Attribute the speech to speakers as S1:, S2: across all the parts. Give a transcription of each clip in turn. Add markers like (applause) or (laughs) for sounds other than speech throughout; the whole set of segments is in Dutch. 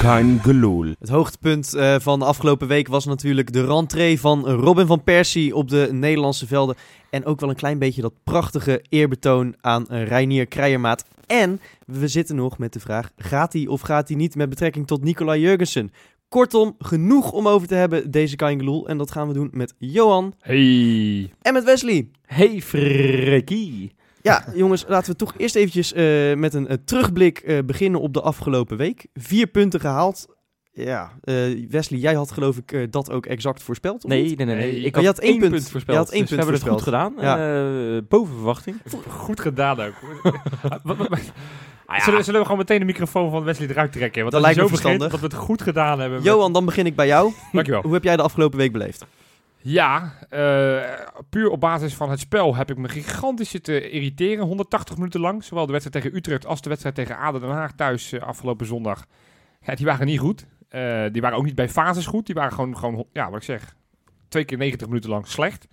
S1: kein geloel.
S2: Het hoogtepunt eh, van de afgelopen week was natuurlijk de rentree van Robin van Persie op de Nederlandse velden. En ook wel een klein beetje dat prachtige eerbetoon aan eh, Reinier Kreijermaat. En we zitten nog met de vraag, gaat hij of gaat hij niet met betrekking tot Nicola Jurgensen? Kortom, genoeg om over te hebben deze Kein Geloel. En dat gaan we doen met Johan
S3: Hey.
S2: en met Wesley.
S3: Hey, Frikkie.
S2: Ja, jongens, laten we toch eerst eventjes eh, met een eh, terugblik eh, beginnen op de afgelopen week. Vier punten gehaald. Ja, eh, Wesley, jij had geloof ik eh, dat ook exact voorspeld, of niet?
S3: Nee, nee, nee. nee.
S4: Nee.
S3: Ik
S2: Maar
S3: had,
S2: je had één
S3: één punt,
S2: punt.
S3: voorspeld.
S2: Je had één
S3: dus
S2: punt
S3: we hebben het goed gedaan. Eh, boven verwachting.
S4: Goed gedaan ook. Ah, Wat- wat- wat- zullen, we- zullen we gewoon meteen de microfoon van Wesley eruit trekken? Want
S2: Ah, Dat
S4: als je
S2: lijkt me
S4: zo begint
S2: verstandig.
S4: dat we het goed gedaan hebben. Oh. met-
S2: Johan, dan begin ik bij jou.
S4: Dankjewel.
S2: Hoe heb jij de afgelopen week beleefd?
S4: Ja, eh, puur op basis van het spel heb ik me gigantisch zitten irriteren. 180 minuten lang. Zowel de wedstrijd tegen Utrecht als de wedstrijd tegen Aden Den Haag thuis eh, afgelopen zondag. Ja, die waren niet goed. Eh, die waren ook niet bij fases goed. Die waren gewoon, gewoon, ja, wat ik zeg, twee keer 90 minuten lang slecht.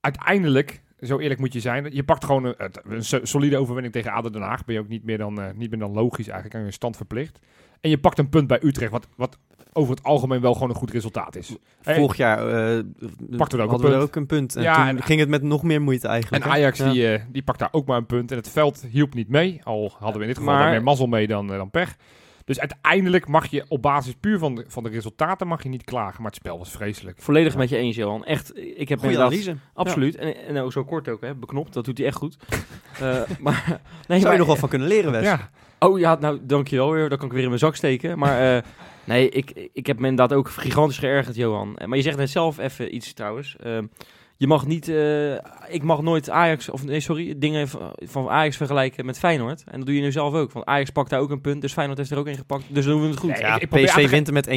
S4: Uiteindelijk, zo eerlijk moet je zijn, je pakt gewoon een, een so- solide overwinning tegen Aden Den Haag. Ben je ook niet meer dan, eh, niet meer dan logisch eigenlijk aan je stand verplicht. En je pakt een punt bij Utrecht, wat, wat over het algemeen wel gewoon een goed resultaat is. Hey.
S2: Vorig jaar eh,
S4: Pakten we ook
S2: hadden
S4: een
S2: we er
S4: punt.
S2: ook een punt. En
S4: Ja,
S2: toen
S4: en-
S2: ging het met nog meer moeite eigenlijk.
S4: En
S2: hè?
S4: Ajax
S2: Ja.
S4: die, eh, die pakt daar ook maar een punt. En het veld hielp niet mee. Al hadden we in dit geval
S3: Maar-
S4: daar meer mazzel mee dan, eh, dan pech. Dus uiteindelijk mag je op basis puur van de, van de resultaten mag je niet klagen. Maar het spel was vreselijk.
S3: Volledig met je eens, Johan. Echt, ik heb
S2: Goeie
S3: inderdaad-
S2: analyse.
S3: Absoluut. En, en ook zo kort ook, hè. Beknopt, dat doet hij echt (laughs) goed. Eh, maar, nee,
S2: Zou
S3: maar-
S2: je nog wel van kunnen leren, Wes?
S4: Ja,
S3: Oh ja, nou dankjewel weer. Dat kan ik weer in mijn zak steken. Maar eh, (laughs) nee, ik, ik heb me inderdaad ook gigantisch geërgerd, Johan. Eh, Maar je zegt net zelf even iets trouwens. Ehm, je mag niet, eh, ik mag nooit Ajax, of nee, sorry, dingen van- van Ajax vergelijken met Feyenoord. En dat doe je nu zelf ook. Want Ajax pakt daar ook een punt, dus Feyenoord heeft er ook een gepakt. Dus dan doen we het goed.
S4: Nee,
S2: Ja,
S4: ik- ik probeer aan
S2: PSV
S4: te-
S2: wint er met 1-7.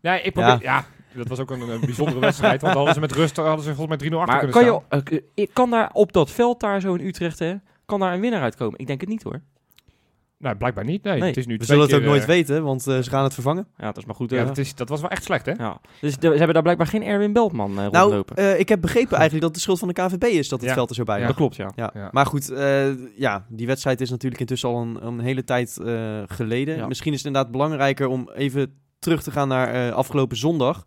S4: nee, ik probeer, ja. dat was ook een, eh, bijzondere wedstrijd. Want dan hadden ze met rust hadden ze volgens mij 3-0 achter
S3: maar
S4: kunnen
S3: kan,
S4: staan.
S3: je, eh, k- ik kan daar op dat veld daar zo in Utrecht, hè, kan daar een winnaar uitkomen? Ik denk het niet hoor.
S4: Nee, Nou, blijkbaar niet. Nee,
S3: Nee.
S4: het is nu
S2: We
S4: twee
S2: zullen het ook
S4: keer,
S2: nooit
S4: eh,
S2: weten, want eh, ze gaan het vervangen.
S3: Ja, dat is maar goed.
S4: Ja,
S3: eh.
S4: dat, is, dat was wel echt slecht, hè?
S3: ja. Dus de- ze hebben daar blijkbaar geen Erwin Beltman eh,
S2: Nou,
S3: rondlopen.
S2: eh, ik heb
S3: (laughs)
S2: begrepen eigenlijk dat de schuld van de KVB is dat het
S4: Ja.
S2: veld er zo bij
S4: eh, ja.
S3: Dat klopt, ja.
S2: Ja.
S4: Ja.
S2: maar goed, eh, ja, die wedstrijd is natuurlijk intussen al een, een hele tijd eh, geleden.
S3: Ja.
S2: Misschien is het inderdaad belangrijker om even terug te gaan naar eh, afgelopen zondag.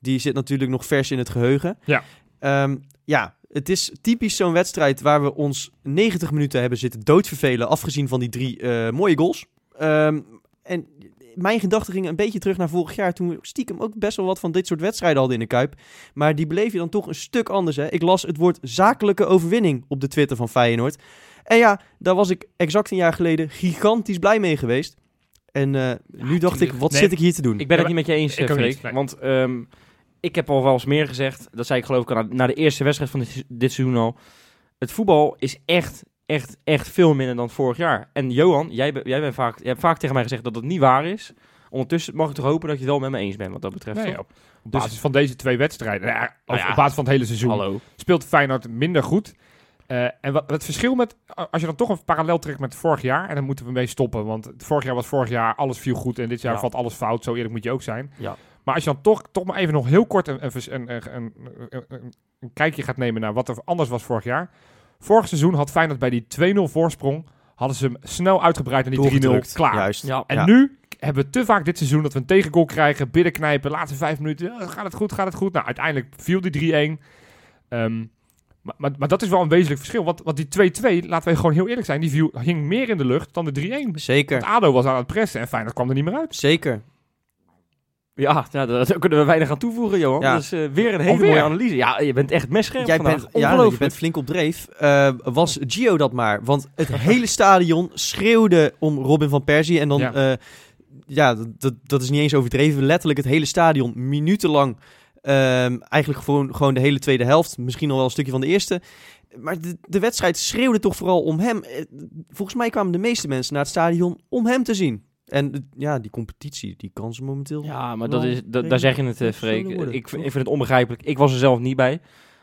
S2: Die zit natuurlijk nog vers in het geheugen.
S4: Ja.
S2: Ehm, ja, het is typisch zo'n wedstrijd waar we ons 90 minuten hebben zitten doodvervelen, afgezien van die drie eh, mooie goals. Ehm, en mijn gedachten gingen een beetje terug naar vorig jaar, toen we stiekem ook best wel wat van dit soort wedstrijden hadden in de Kuip. Maar die beleef je dan toch een stuk anders. Hè? Ik las het woord zakelijke overwinning op de Twitter van Feyenoord. En ja, daar was ik exact een jaar geleden gigantisch blij mee geweest. En eh, nu dacht ik,
S4: tuurlijk.
S2: wat
S4: Nee,
S2: zit ik hier te doen?
S3: Ik ben
S4: Ja,
S3: het niet met je eens,
S4: ik
S3: eh,
S4: ook
S3: Freek.
S4: niet, nee.
S3: Want ehm, ik heb al wel eens meer gezegd. Dat zei ik geloof ik al na, na de eerste wedstrijd van dit, se- dit seizoen al. Het voetbal is echt, echt, echt veel minder dan vorig jaar. En Johan, jij, be- jij, bent vaak, jij hebt vaak tegen mij gezegd dat dat niet waar is. Ondertussen mag ik toch hopen dat je het wel met me eens bent wat dat betreft.
S4: Nee,
S3: toch?
S4: op op basis van deze twee wedstrijden. Nou ja,
S3: Nou ja.
S4: Op basis van het hele seizoen.
S3: Hallo.
S4: speelt Feyenoord minder goed. Eh, en wat, het verschil met, als je dan toch een parallel trekt met vorig jaar, en dan moeten we mee stoppen, want het vorig jaar was vorig jaar, alles viel goed en dit jaar
S3: Ja.
S4: valt alles fout, zo eerlijk moet je ook zijn.
S3: Ja.
S4: Maar als je dan toch, toch maar even nog heel kort een, een, vers- een, een, een, een- een- een kijkje gaat nemen naar wat er anders was vorig jaar. Vorig seizoen had Feyenoord bij die 2-0 voorsprong, hadden ze hem snel uitgebreid en die 3-0
S2: Doorgedrukt,
S4: klaar.
S2: Juist.
S3: Ja.
S4: En
S2: Ja.
S4: nu hebben we te vaak dit seizoen dat we een tegengoal krijgen, binnenknijpen, laatste vijf minuten. eh, gaat het goed, gaat het goed. Nou, uiteindelijk viel die 3-1. Ehm, maar, maar, maar dat is wel een wezenlijk verschil. Want, want die 2-2, laten we gewoon heel eerlijk zijn, die viel, hing meer in de lucht dan de 3-1.
S2: Zeker,
S4: Want ADO was aan het pressen en Feyenoord kwam er niet meer uit.
S2: zeker.
S3: Ja, nou, daar, daar kunnen we weinig aan toevoegen, Johan.
S2: Ja.
S3: Dat is eh, weer een hele
S4: Alweer.
S3: mooie analyse. Ja, je bent echt messcherp
S2: Jij
S3: Eh, vandaag.
S2: bent, ja,
S3: Ongelooflijk.
S2: je bent flink op dreef. Eh, was Gio dat maar? Want het
S3: (laughs)
S2: hele stadion schreeuwde om Robin van Persie. En dan,
S4: Ja.
S2: ja, ja dat- dat, dat is niet eens overdreven. Letterlijk het hele stadion, minutenlang. ehm, eigenlijk gewoon, gewoon de hele tweede helft. Misschien nog wel een stukje van de eerste. Maar de, de wedstrijd schreeuwde toch vooral om hem. Eh, Volgens mij kwamen de meeste mensen naar het stadion om hem te zien. En eh, ja, die competitie, die kan ze momenteel.
S3: Ja, maar
S2: wel
S3: dat is, dat, daar
S2: redelijk
S3: zeg je het, eh,
S2: zullen
S3: Freek.
S2: worden,
S3: Ik, ik
S2: toch?
S3: vind het onbegrijpelijk. Ik was er zelf niet bij.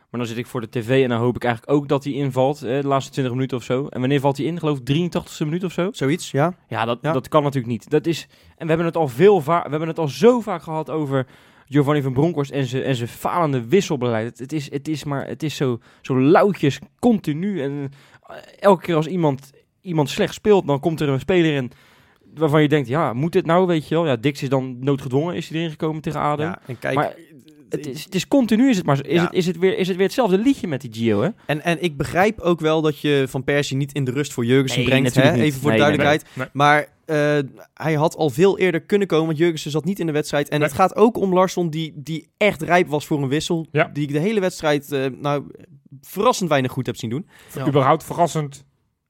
S3: Maar dan zit ik voor de tv en dan hoop ik eigenlijk ook dat hij invalt. eh, de laatste 20 minuten of zo. En wanneer valt hij in? Geloof ik 83ste minuut of zo.
S2: Zoiets, ja.
S3: Ja, dat,
S2: Ja.
S3: dat kan natuurlijk niet. Dat is, en we hebben het al veel va- we hebben het al zo vaak gehad over Giovanni van Bronckhorst en zijn en zijn falende wisselbeleid. Het, het is, het is maar, het is zo, zo lauwtjes, continu. En eh, elke keer als iemand, iemand slecht speelt, dan komt er een speler in waarvan je denkt, ja, moet dit nou, weet je wel. Ja, Dix is dan noodgedwongen, is hij erin gekomen tegen ADO.
S2: Ja, en kijk,
S3: Maar Het is, het is continu, is het, maar is,
S2: Ja.
S3: het, is, het weer, is het weer hetzelfde liedje met die Gio, hè?
S2: En, en ik begrijp ook wel dat je Van Persie niet in de rust voor Jurgensen
S3: Nee,
S2: brengt. Hè?
S3: natuurlijk niet.
S2: Even voor de
S3: Nee, nee,
S2: duidelijkheid.
S4: nee.
S2: Maar eh, hij had al veel eerder kunnen komen, want Jurgensen zat niet in de wedstrijd. En
S4: Nee.
S2: het gaat ook om Larsson, die, die echt rijp was voor een wissel.
S4: Ja.
S2: Die ik de hele wedstrijd, eh, nou, verrassend weinig goed heb zien doen.
S3: Ja.
S4: Überhaupt verrassend.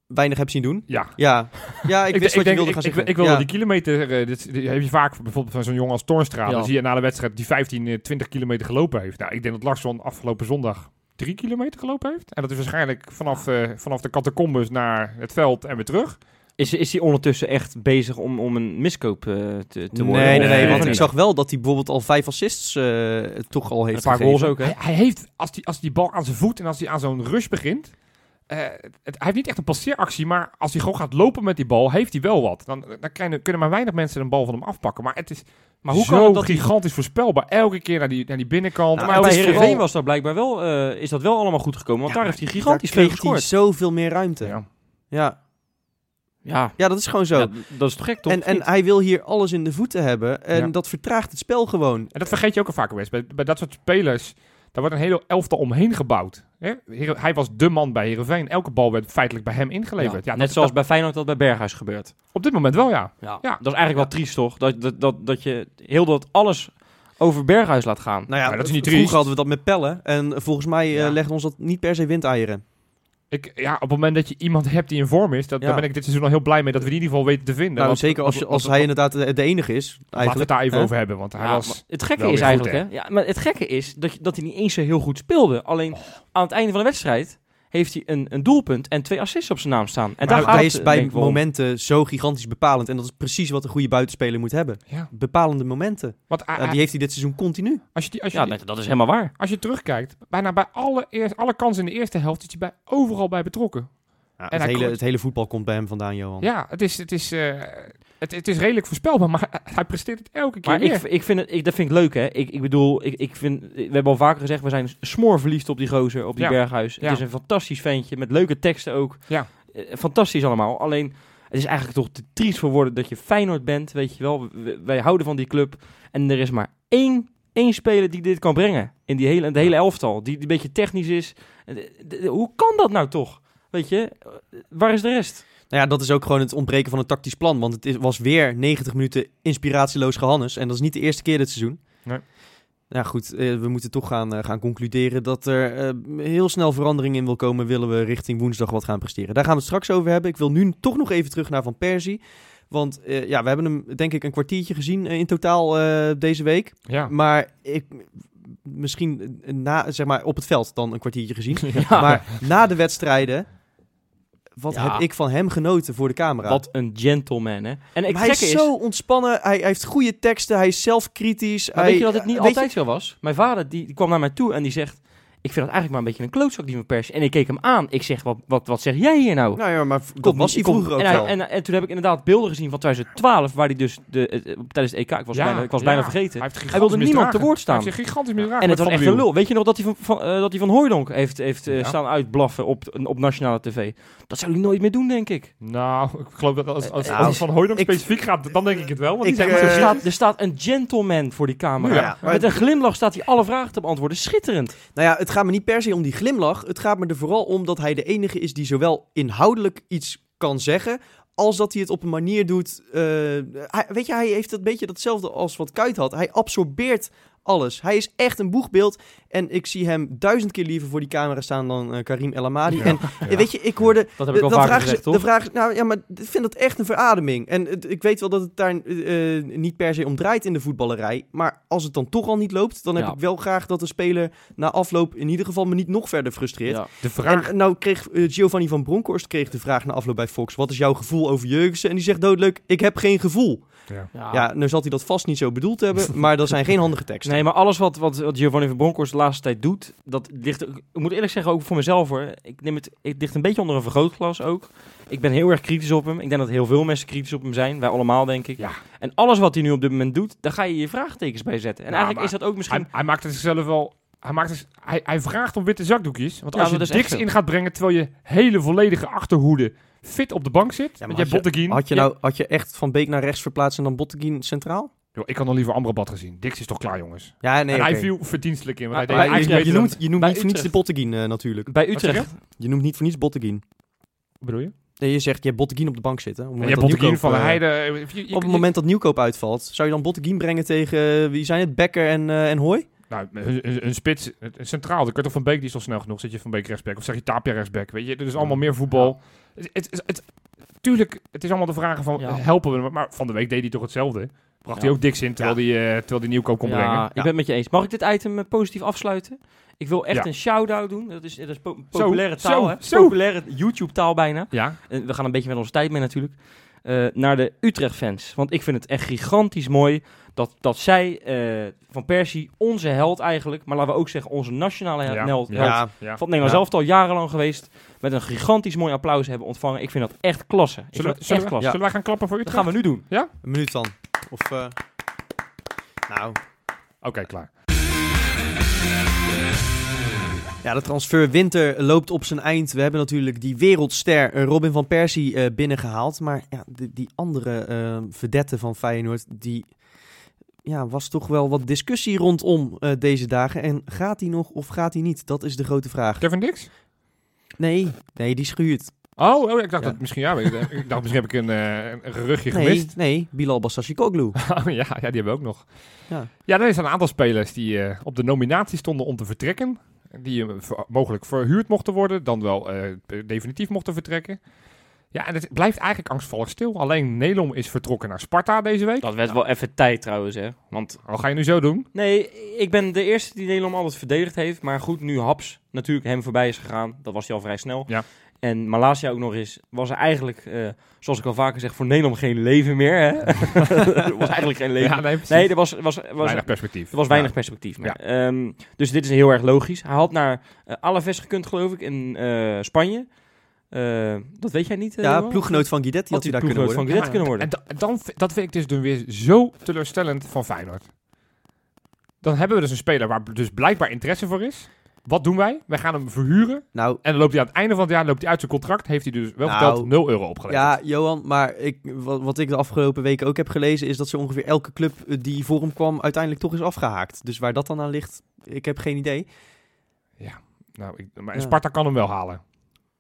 S2: Weinig heb zien doen.
S4: Ja.
S2: Ja, ja ik,
S4: (laughs) Ik,
S2: wist
S4: ik
S2: wat je
S4: denk,
S2: wilde
S4: ik,
S2: gaan
S4: ik,
S2: zeggen.
S4: ik, wil
S2: Ja.
S4: wel die kilometer, eh, dit, die heb je vaak bijvoorbeeld van zo'n jongen als Toornstra.
S3: Ja.
S4: Dan zie je na de wedstrijd die 15, eh, 20 kilometer gelopen heeft. Nou, ik denk dat Larsson afgelopen zondag 3 kilometer gelopen heeft. En dat is waarschijnlijk vanaf, eh, vanaf de catacombes naar het veld en weer terug.
S3: Is, is hij ondertussen echt bezig om, om een miskoop eh, te, te worden?
S2: Nee, nee,
S3: Of,
S2: nee,
S3: eh,
S2: want ik
S3: niet?
S2: zag wel dat hij bijvoorbeeld al vijf assists eh, toch al heeft
S3: een paar
S2: gegeven.
S3: goals ook, hè?
S4: Hij, hij heeft, als die, als die bal aan zijn voet en als hij aan zo'n rush begint... eh, het, hij heeft niet echt een passeeractie, maar als hij gewoon gaat lopen met die bal, heeft hij wel wat. Dan, dan krijgen- kunnen maar weinig mensen een bal van hem afpakken. Maar het is
S3: Maar hoe
S4: zo
S3: kan het dat hij...
S4: gigantisch voorspelbaar. Elke keer naar die, naar die binnenkant.
S2: Nou,
S3: Maar bij
S2: het is
S3: Heerenveen
S2: vooral-
S3: was dat blijkbaar wel, eh, is dat wel allemaal goed gekomen, want
S4: Ja,
S3: daar heeft hij
S2: Daar
S3: gigantisch veel
S2: kreeg hij
S3: gescoord.
S2: zoveel meer ruimte. Ja.
S4: Ja.
S2: Ja.
S3: Ja,
S2: dat is gewoon zo.
S3: ja, dat is toch gek, toch?
S2: en, en hij wil hier alles in de voeten hebben. En
S4: Ja.
S2: dat vertraagt het spel gewoon.
S4: En dat vergeet je ook al vaker best. Bij, bij dat soort spelers, daar wordt een hele elftal omheen gebouwd. Hè? Heer- Hij was de man bij Heerenveen. Elke bal werd feitelijk bij hem ingeleverd. Ja,
S3: Net
S4: dat-
S3: zoals
S4: dat-
S3: bij Feyenoord dat bij Berghuis gebeurt.
S4: op dit moment wel, ja.
S3: Ja.
S4: Ja.
S3: Dat is eigenlijk wel triest, toch? Dat, dat, dat, dat je heel dat alles over Berghuis laat gaan.
S2: Nou ja,
S4: Maar dat is niet
S2: vroeger
S4: triest.
S2: hadden we dat met pellen. En volgens mij eh,
S3: Ja.
S2: legde ons dat niet per se windeieren.
S4: Ik, ja. Op het moment dat je iemand hebt die in vorm is, dat,
S2: Ja.
S4: daar ben ik dit seizoen al heel blij mee dat we die in ieder geval weten te vinden.
S2: Nou,
S4: Want-
S2: zeker als, je-
S4: want-
S2: als
S4: want-
S2: hij inderdaad eh, de, de enige is.
S4: Laten we het
S2: Eigenlijk.
S4: daar even
S2: hè?
S4: over hebben, want hij
S3: Ja, maar
S4: was...
S3: het
S4: wel
S3: gekke
S4: weer
S3: is
S4: goed,
S3: eigenlijk,
S4: hè?
S3: hè? Ja, maar het gekke is dat, je- dat hij niet eens zo heel goed speelde. Alleen aan het einde van de wedstrijd heeft hij een, een doelpunt en twee assists op zijn naam staan. En daar
S2: Maar
S3: gaat
S2: hij
S3: het,
S2: is
S3: eh,
S2: bij
S3: denk ik wel om.
S2: momenten zo gigantisch bepalend. En dat is precies wat een goede buitenspeler moet hebben.
S4: Ja.
S2: Bepalende momenten.
S4: Want hij-
S2: Ja, die heeft hij dit seizoen continu.
S4: als je, die, als je
S3: Ja,
S4: die-
S3: nee, dat is helemaal waar.
S4: als je terugkijkt, bijna bij alle, eerst, alle kansen in de eerste helft is hij bij, overal bij betrokken.
S2: het,
S4: hij
S2: hele,
S4: kon-
S2: het hele voetbal komt bij hem vandaan, Johan.
S4: Ja, het is, het is, eh, het, het is redelijk voorspelbaar, maar (laughs) hij presteert het elke keer
S3: Maar
S4: weer.
S3: ik, ik vind het, ik, dat vind ik leuk, hè? Ik, ik bedoel, ik, ik vind, we hebben al vaker gezegd, we zijn smoorverliefd op die gozer, op die
S4: Ja.
S3: Berghuis.
S4: Ja.
S3: Het is een fantastisch ventje, met leuke teksten ook.
S4: Ja.
S3: Eh, Fantastisch allemaal. Alleen, het is eigenlijk toch te triest voor woorden dat je Feyenoord bent, weet je wel. We- wij houden van die club. En er is maar één, één speler die dit kan brengen. In die hele, in de hele elftal, die, die een beetje technisch is. Eh, de- de- hoe kan dat nou toch? Weet je, Eh, waar is de rest?
S2: Nou ja, dat is ook gewoon het ontbreken van een tactisch plan. Want het is, was weer 90 minuten inspiratieloos gehannes. En dat is niet de eerste keer dit seizoen.
S4: Nee.
S2: Nou goed, eh, we moeten toch gaan, eh, gaan concluderen dat er eh, heel snel verandering in wil komen. Willen we richting woensdag wat gaan presteren. Daar gaan we het straks over hebben. Ik wil nu toch nog even terug naar Van Persie. Want eh, ja, we hebben hem denk ik een kwartiertje gezien eh, in totaal eh, deze week.
S4: ja.
S2: Maar ik, misschien eh, na, zeg maar, op het veld dan een kwartiertje gezien.
S3: (laughs) Ja.
S2: Maar na de wedstrijden, wat
S3: Ja.
S2: heb ik van hem genoten voor de camera.
S3: Wat een gentleman, hè? En het
S2: Maar hij is,
S3: gekke is
S2: zo ontspannen, hij, hij heeft goede teksten, hij is zelfkritisch.
S3: Maar
S2: hij,
S3: weet je dat het niet
S2: eh, weet
S3: altijd zo was? Mijn vader die, die kwam naar mij toe en die zegt... Ik vind dat eigenlijk maar een beetje een klootzak die van pers. En ik keek hem aan. Ik zeg, wat, wat, wat zeg jij hier nou?
S2: Nou ja, maar v- dat
S3: Kom,
S2: was hij
S3: kom.
S2: vroeger ook
S3: en, hij-
S2: wel.
S3: En, en toen heb ik inderdaad beelden gezien van 2012... waar hij dus de, het- eh, tijdens het EK... Ik was
S4: Ja,
S3: bijna, ik was
S4: ja.
S3: bijna vergeten.
S4: Hij, heeft gigantisch
S3: Hij wilde niemand te
S4: misdragen.
S3: woord
S4: Hij
S3: staan.
S4: heeft zich gigantisch misdragen.
S3: En het
S4: met
S3: was
S4: Van
S3: echt
S4: der
S3: een
S4: Wiel.
S3: lul. Weet je nog dat hij van, van, eh, dat hij van Hooijdonk heeft, heeft eh,
S4: Ja.
S3: staan uitblaffen op, op nationale tv? Dat zou hij nooit meer doen, denk ik.
S4: Nou, ik geloof dat als, als,
S2: Eh,
S4: als
S2: nou,
S4: het van Hooydonk
S2: ik-
S4: specifiek gaat, dan denk ik het wel. Want
S2: ik,
S4: die zijn
S2: eh,
S4: maar
S3: Er
S4: zo-
S3: staat, er staat een gentleman voor die camera.
S2: Ja, maar
S3: Met een glimlach staat hij alle vragen te beantwoorden. Schitterend.
S2: Nou ja, het gaat me niet per se om die glimlach. Het gaat me er vooral om dat hij de enige is die zowel inhoudelijk iets kan zeggen. als dat hij het op een manier doet. eh, hij- weet je, hij heeft een beetje datzelfde als wat Kuit had. Hij absorbeert alles. Hij is echt een boegbeeld. En ik zie hem duizend keer liever voor die camera staan dan eh, Karim El Amadi. En eh, weet je, ik hoorde.
S3: Dat heb ik al
S2: dan
S3: vaker
S2: vragen ze-
S3: gezegd, toch?
S2: dan vragen ze- nou ja, maar ik vind dat echt een verademing. En het- ik weet wel dat het daar eh, eh, niet per se om draait in de voetballerij. Maar als het dan toch al niet loopt, dan heb
S3: Ja.
S2: ik wel graag dat de speler na afloop in ieder geval me niet nog verder frustreert.
S3: Ja.
S4: De vraag...
S2: En nou kreeg eh, Giovanni van Bronckhorst kreeg de vraag na afloop bij Fox: wat is jouw gevoel over Jurgensen? En die zegt doodleuk: ik heb geen gevoel. Ja, nou zal hij dat vast niet zo bedoeld
S3: (laughs)
S2: hebben, maar dat zijn geen handige teksten.
S3: Nee, maar alles wat, wat, wat Giovanni van Bronckhorst de laatste tijd doet, dat ligt, ook- ik moet eerlijk zeggen, ook voor mezelf hoor. Ik neem het, het ligt een beetje onder een vergrootglas ook. Ik ben heel erg kritisch op hem. Ik denk dat heel veel mensen kritisch op hem zijn. Wij allemaal, denk ik.
S4: Ja.
S3: En alles wat hij nu op dit moment doet, daar ga je je vraagtekens bij zetten. En
S4: Ja,
S3: eigenlijk is
S4: maar
S3: dat ook misschien...
S4: Hij, hij maakt het zichzelf wel... hij, maakt dus, hij, hij vraagt om witte zakdoekjes. Want
S3: Ja,
S4: als je
S3: dat is
S4: Dix
S3: echt zo.
S4: in gaat brengen terwijl je hele volledige achterhoede fit op de bank zit.
S2: maar
S4: want
S2: had
S4: jij
S2: je-
S4: Botteguin.
S2: Had je,
S4: Ja.
S2: nou, had je echt van Beek naar rechts verplaatst en dan Botteguin centraal?
S4: Joh, ik had nog liever Amrabat gezien. Dix is toch klaar, jongens.
S2: Ja, nee,
S4: en
S2: oké.
S4: hij viel verdienstelijk in.
S3: Maar-
S4: Want hij
S2: Maar
S4: deed eigenlijk
S2: je, je
S4: beter
S2: noemt, je noemt
S3: bij
S2: niet voor niets de
S3: Utrecht.
S2: Botteguin eh, natuurlijk.
S3: Bij
S4: dan- Wat zeg
S3: Utrecht.
S4: je?
S2: Je noemt niet voor niets Botteguin.
S4: bedoel je?
S2: Nee, je zegt, je hebt Botteguin op de bank zitten. Op het
S4: En
S2: moment
S4: jij
S2: dat
S4: Botteguin
S2: Nieuwkoop,
S4: van
S2: eh,
S4: Heide.
S2: op het moment dat Nieuwkoop uitvalt, zou je dan Botteguin brengen tegen, eh, wie zijn het, Becker en, eh, en Hooi?
S4: Nou, een, een- een spits, een- een centraal. De Kurt van Beek die is al snel genoeg. Zit je van Beek rechtsback of zeg je Tapia rechtsback? Weet je, er is allemaal meer voetbal. Het, het, het, het- tuurlijk, het is allemaal de vragen van
S3: Ja.
S4: helpen we. hem? Maar van de week deed hij toch hetzelfde? Bracht
S3: Ja.
S4: hij ook Dix in terwijl die eh, terwijl die nieuwkoop kon brengen?
S3: Ja, ik ben het met je eens. Mag ik dit item eh, positief afsluiten? Ik wil echt
S4: Ja.
S3: een shout-out doen. Dat is, dat is po- populaire
S4: zo,
S3: taal, hè?
S4: zo.
S3: Populaire YouTube-taal bijna.
S4: Ja,
S3: En we gaan een beetje met onze tijd mee natuurlijk. eh, naar de Utrecht-fans. Want ik vind het echt gigantisch mooi dat, dat zij, eh, Van Persie, onze held eigenlijk... maar laten we ook zeggen onze nationale he-
S4: Ja.
S3: held,
S4: Ja. ja.
S3: held van het Nederlands
S2: Ja.
S3: elftal jarenlang geweest... met een gigantisch mooi applaus hebben ontvangen. Ik vind dat echt klasse. Ik
S4: Zullen,
S3: vind dat
S4: zullen,
S3: echt
S4: we,
S3: klasse.
S4: zullen wij gaan klappen voor
S3: Dat
S4: Utrecht?
S3: gaan we nu doen.
S2: Een minuut dan. Of, eh, nou,
S4: Oké, klaar.
S2: Ja, de transferwinter loopt op zijn eind. We hebben natuurlijk die wereldster eh, Robin van Persie eh, binnengehaald. Maar ja, die, die andere eh vedette van Feyenoord, die ja, was toch wel wat discussie rondom eh, deze dagen. En gaat hij nog of gaat hij niet? Dat is de grote vraag.
S4: Kevin Dix?
S2: Nee, nee, die schuurt.
S4: Oh, oh, ik dacht
S2: Ja.
S4: dat misschien ja, weet ik, ik dacht misschien heb ik een, eh, een geruchtje
S2: Nee,
S4: gemist.
S2: nee, Bilal Bassassi-Koglu.
S4: (laughs) Oh, ja, ja, die hebben we ook nog.
S2: Ja.
S4: Ja, er zijn een aantal spelers die eh, op de nominatie stonden om te vertrekken. Die eh, ver- mogelijk verhuurd mochten worden, dan wel eh, definitief mochten vertrekken. Ja, en het blijft eigenlijk angstvallig stil. Alleen Nelom is vertrokken naar Sparta deze week.
S3: Dat werd wel even tijd trouwens, hè. Want
S4: Al ga je nu zo doen.
S3: Nee, ik ben de eerste die Nederland altijd verdedigd heeft. Maar goed, nu Haps natuurlijk hem voorbij is gegaan. Dat was hij al vrij snel.
S4: Ja.
S3: En Malasia ook nog eens. Was er eigenlijk, eh, zoals ik al vaker zeg, voor Nederland geen leven meer. Hè? (laughs) er was eigenlijk geen leven.
S4: Ja, nee, precies.
S3: nee, er was, was, was,
S4: weinig perspectief.
S3: er was weinig perspectief meer.
S4: Ja.
S3: Ehm, dus dit is heel erg logisch. Hij had naar eh, Alaves gekund, geloof ik, in eh, Spanje. Eh, dat weet jij niet, eh,
S2: Ja,
S3: Johan?
S2: ploeggenoot van Guidetti had hij daar kunnen
S3: ploeggenoot
S2: worden.
S3: van Guidetti kunnen worden.
S4: En da- dan, v- dat vind ik dus dan weer zo teleurstellend van Feyenoord. Dan hebben we dus een speler waar dus blijkbaar interesse voor is. Wat doen wij? Wij gaan hem verhuren.
S2: Nou,
S4: En dan loopt hij aan het einde van het jaar loopt hij uit zijn contract. Heeft hij dus wel
S2: Nou,
S4: geteld 0 euro opgeleverd.
S2: Ja, Johan, maar ik, wat, wat ik de afgelopen weken ook heb gelezen is dat zo ongeveer elke club eh, die voor hem kwam uiteindelijk toch is afgehaakt. Dus waar dat dan aan ligt, ik heb geen idee.
S4: Nou, ik, maar
S2: Ja.
S4: Sparta kan hem wel halen.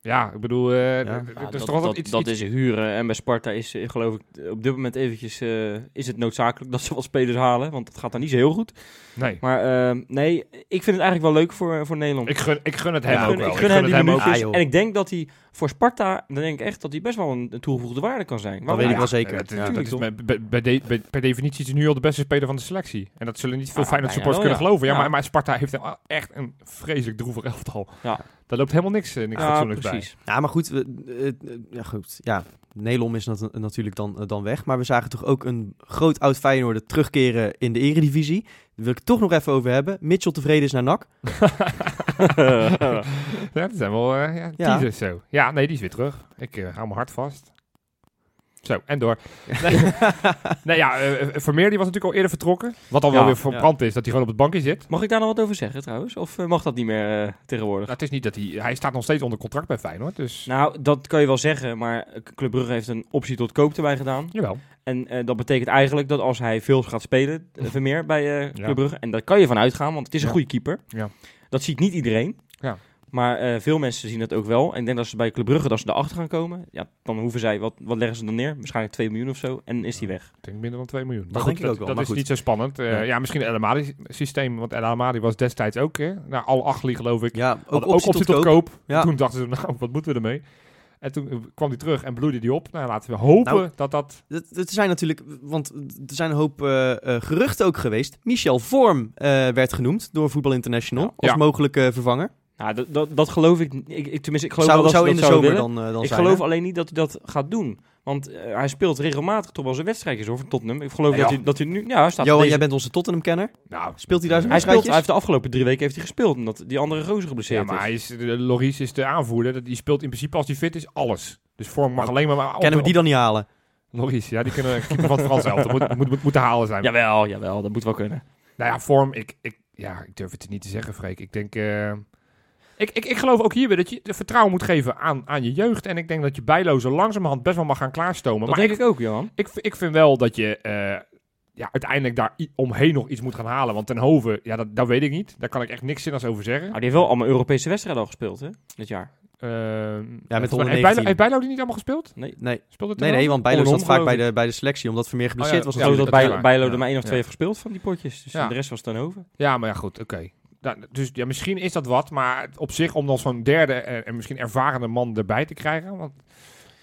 S4: Ja, ik bedoel,
S2: Ja.
S4: eh, d- d-
S3: Ja,
S4: dat
S3: dat,
S4: is toch altijd
S3: dat,
S4: iets...
S3: dat
S4: iets-
S3: is huren. En bij Sparta is eh, geloof ik eh, op dit moment eventjes eh, is het noodzakelijk dat ze wat spelers halen. Want dat gaat dan niet zo heel goed.
S4: Nee,
S3: Maar eh, nee, ik vind het eigenlijk wel leuk voor, voor Nederland.
S4: ik gun, ik gun het hem
S2: Ja,
S4: ook
S3: gun-
S4: wel.
S3: ik gun hem
S4: het
S3: die
S4: ook.
S3: minuutjes.
S2: Ah, joh.
S3: en ik denk dat hij voor Sparta, dan denk ik echt dat hij best wel een toegevoegde waarde kan zijn.
S2: Dat weet ik wel zeker.
S4: dat-
S2: Ja.
S4: dat
S3: Tuurlijk,
S4: is
S3: toch?
S4: bij- bij- bij de- bij- per definitie is hij nu al de beste speler van de selectie. En dat zullen niet veel
S2: Ah,
S3: Ja,
S4: Feyenoord
S3: bijna
S4: supporters
S3: wel,
S4: kunnen geloven. Ja,
S3: Ja.
S4: Maar, maar Sparta heeft wel echt een vreselijk droevig elftal.
S3: Ja.
S4: Daar loopt helemaal niks, eh, niks
S3: Ja,
S4: fatsoenlijks bij.
S3: precies.
S2: Ja, maar goed, we, eh, eh, ja, goed, ja. Nelom is nat- natuurlijk dan, eh, dan weg, maar we zagen toch ook een groot oud Feyenoorder terugkeren in de eredivisie. Daar wil ik het toch nog even over hebben. Mitchell tevreden is naar NAC.
S4: (laughs) Ja, dat zijn wel eh ja,
S2: Ja.
S4: teasers zo. Ja, nee, die is weer terug. Ik eh, hou mijn hart vast. Zo, en door. (laughs) Nee, ja, eh, Vermeer die was natuurlijk al eerder vertrokken. Wat dan wel
S3: Ja,
S4: weer verbrand is, dat hij gewoon op het bankje zit.
S3: Mag ik daar nog wat over zeggen trouwens? Of eh, mag dat niet meer eh, tegenwoordig?
S4: Nou, het is niet dat hij... Hij staat nog steeds onder contract bij Feyenoord, dus...
S3: Nou, dat kan je wel zeggen, maar Club Brugge heeft een optie tot koop erbij gedaan.
S4: Jawel.
S3: En eh, dat betekent eigenlijk dat als hij veel gaat spelen,
S4: (laughs)
S3: eh, Vermeer bij eh
S4: Ja.
S3: Club Brugge, en daar kan je van uitgaan, want het is een
S4: Ja.
S3: goede keeper.
S4: Ja.
S3: Dat ziet niet iedereen.
S4: Ja.
S3: Maar eh, veel mensen zien dat ook wel. En ik denk dat ze bij Club Brugge, dat ze erachter gaan komen, ja, dan hoeven zij, wat, wat leggen ze dan neer? Waarschijnlijk 2 miljoen of zo, en is die weg.
S4: Ik denk minder dan 2 miljoen.
S2: Dat denk ik
S4: dat,
S2: ook wel,
S4: dat
S2: maar
S4: is
S2: goed.
S4: niet zo spannend. Eh,
S2: Ja.
S4: ja. misschien het El Amadi systeem. Want El Amadi was destijds ook, hè, naar al Achli geloof ik.
S2: Ja, ook
S4: Hadden
S2: optie, tot koop. Ja.
S4: Toen dachten ze, (laughs) nou, wat moeten we ermee? En toen eh, kwam hij terug en bloeide die op. Nou, laten we hopen
S2: Nou.
S4: dat dat...
S2: Het- Het zijn natuurlijk, want er zijn een hoop eh, eh, geruchten ook geweest. Michel Vorm eh, werd genoemd door Voetbal International
S3: Ja.
S2: als
S4: Ja.
S2: mogelijke vervanger.
S3: Nou, dat, dat, dat geloof ik, niet. ik, ik- Tenminste, ik geloof
S2: zou
S3: wel dat
S2: zou
S3: ze
S2: in
S3: dat
S2: de
S3: zouden
S2: zomer
S3: willen.
S2: dan, eh, dan
S3: Ik
S2: zijn.
S3: geloof
S2: hè?
S3: alleen niet dat hij dat gaat doen. Want eh, hij speelt regelmatig toch wel zijn wedstrijdjes, hoor, van Tottenham. Ik geloof
S4: Ja,
S3: dat,
S4: ja.
S3: hij, dat hij nu... Ja, hij staat
S2: Johan,
S3: deze-
S2: jij bent onze Tottenham-kenner.
S4: Nou,
S2: Speelt hij daar zijn
S3: hij, speelt,
S2: wedstrijdjes?
S3: hij heeft de afgelopen drie weken heeft hij gespeeld, omdat die andere roze
S4: ja,
S3: geblesseerd
S4: maar
S3: is.
S4: hij is, de- Loris is de aanvoerder. Dat- Die speelt in principe, als hij fit is, alles. Dus Vorm mag alleen maar... maar
S2: Kennen we die dan niet halen?
S4: Loris, ja, die kunnen keeper van het Frans elftal. Moet, moet, moet, moet te halen zijn.
S3: Jawel, jawel, dat moet wel kunnen.
S4: Nou ja, vorm, ik, ik, Ja, ik durf het niet te zeggen, Freek. Ik denk... eh, ik, ik, ik geloof ook hierbij dat je de vertrouwen moet geven aan, aan je jeugd. En ik denk dat je bijlozen langzamerhand best wel mag gaan klaarstomen.
S3: dat
S4: maar
S3: denk ik ook, Johan.
S4: ik, v- ik vind wel dat je eh, ja, uiteindelijk daar i- omheen nog iets moet gaan halen. Want ten Hoven, ja, dat, dat weet ik niet. Daar kan ik echt niks zinnigs over zeggen.
S3: Maar Nou, die heeft wel allemaal Europese wedstrijden al gespeeld, hè? Dit jaar.
S4: Eh,
S2: met
S4: heeft
S2: 119.
S4: Bijlo- Heeft Bijlo die niet allemaal gespeeld?
S2: Nee,
S4: Speelt het
S2: nee,
S4: er wel?
S2: nee, want Bijlo
S3: Onderom,
S2: zat vaak
S3: geloof
S2: bij
S3: ik.
S2: de, bij de selectie, omdat Vermeer geblesseerd
S4: Oh ja,
S2: was.
S4: ja,
S3: Ja,
S2: natuurlijk.
S3: dat
S4: dat is
S3: bij,
S4: waar.
S3: Bijlo
S4: Ja.
S3: er maar één of
S4: Ja.
S3: twee heeft gespeeld van die potjes. Dus
S4: Ja.
S3: de rest was Tenhoven.
S4: Ja, maar ja, goed, oké. Nou, dus ja, misschien is dat wat, maar op zich om dan zo'n derde eh, en misschien ervarende man erbij te krijgen. Want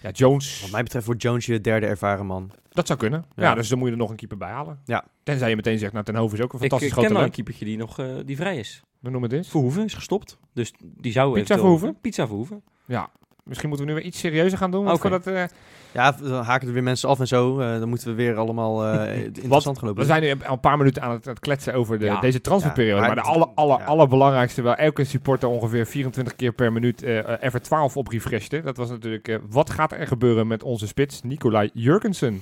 S4: ja, Jones,
S2: Wat mij betreft wordt Jones je derde ervaren man.
S4: dat zou kunnen. Ja.
S2: Ja.
S4: dus dan moet je er nog een keeper bij halen.
S2: Ja.
S4: Tenzij je meteen zegt, nou, Ten Hove is ook een
S3: Ik,
S4: fantastisch
S3: ik
S4: groot
S3: ken wel een
S4: talent.
S3: keepertje die nog eh, die vrij is.
S4: We noemen dit.
S3: Verhoeven is gestopt. Dus die zou eventueel-
S4: Verhoeven?
S3: Pizza Verhoeven.
S4: Misschien moeten we nu weer iets serieuzer gaan doen. Want
S3: Oké.
S4: voordat, eh,
S2: Ja, dan haken er weer mensen af en zo. eh, dan moeten we weer allemaal
S3: (laughs)
S2: eh, interessant gaan
S4: we
S2: lopen.
S4: zijn nu al een paar minuten aan het, aan het kletsen over de,
S3: Ja.
S4: deze transferperiode.
S2: Ja,
S4: maar
S2: maar
S4: de
S2: het-
S4: aller, aller,
S2: ja.
S4: allerbelangrijkste, wel elke supporter ongeveer 24 keer per minuut eh eh, even 12 op refreshte. Dat was natuurlijk, eh, wat gaat er gebeuren met onze spits Nicolai Jurgensen?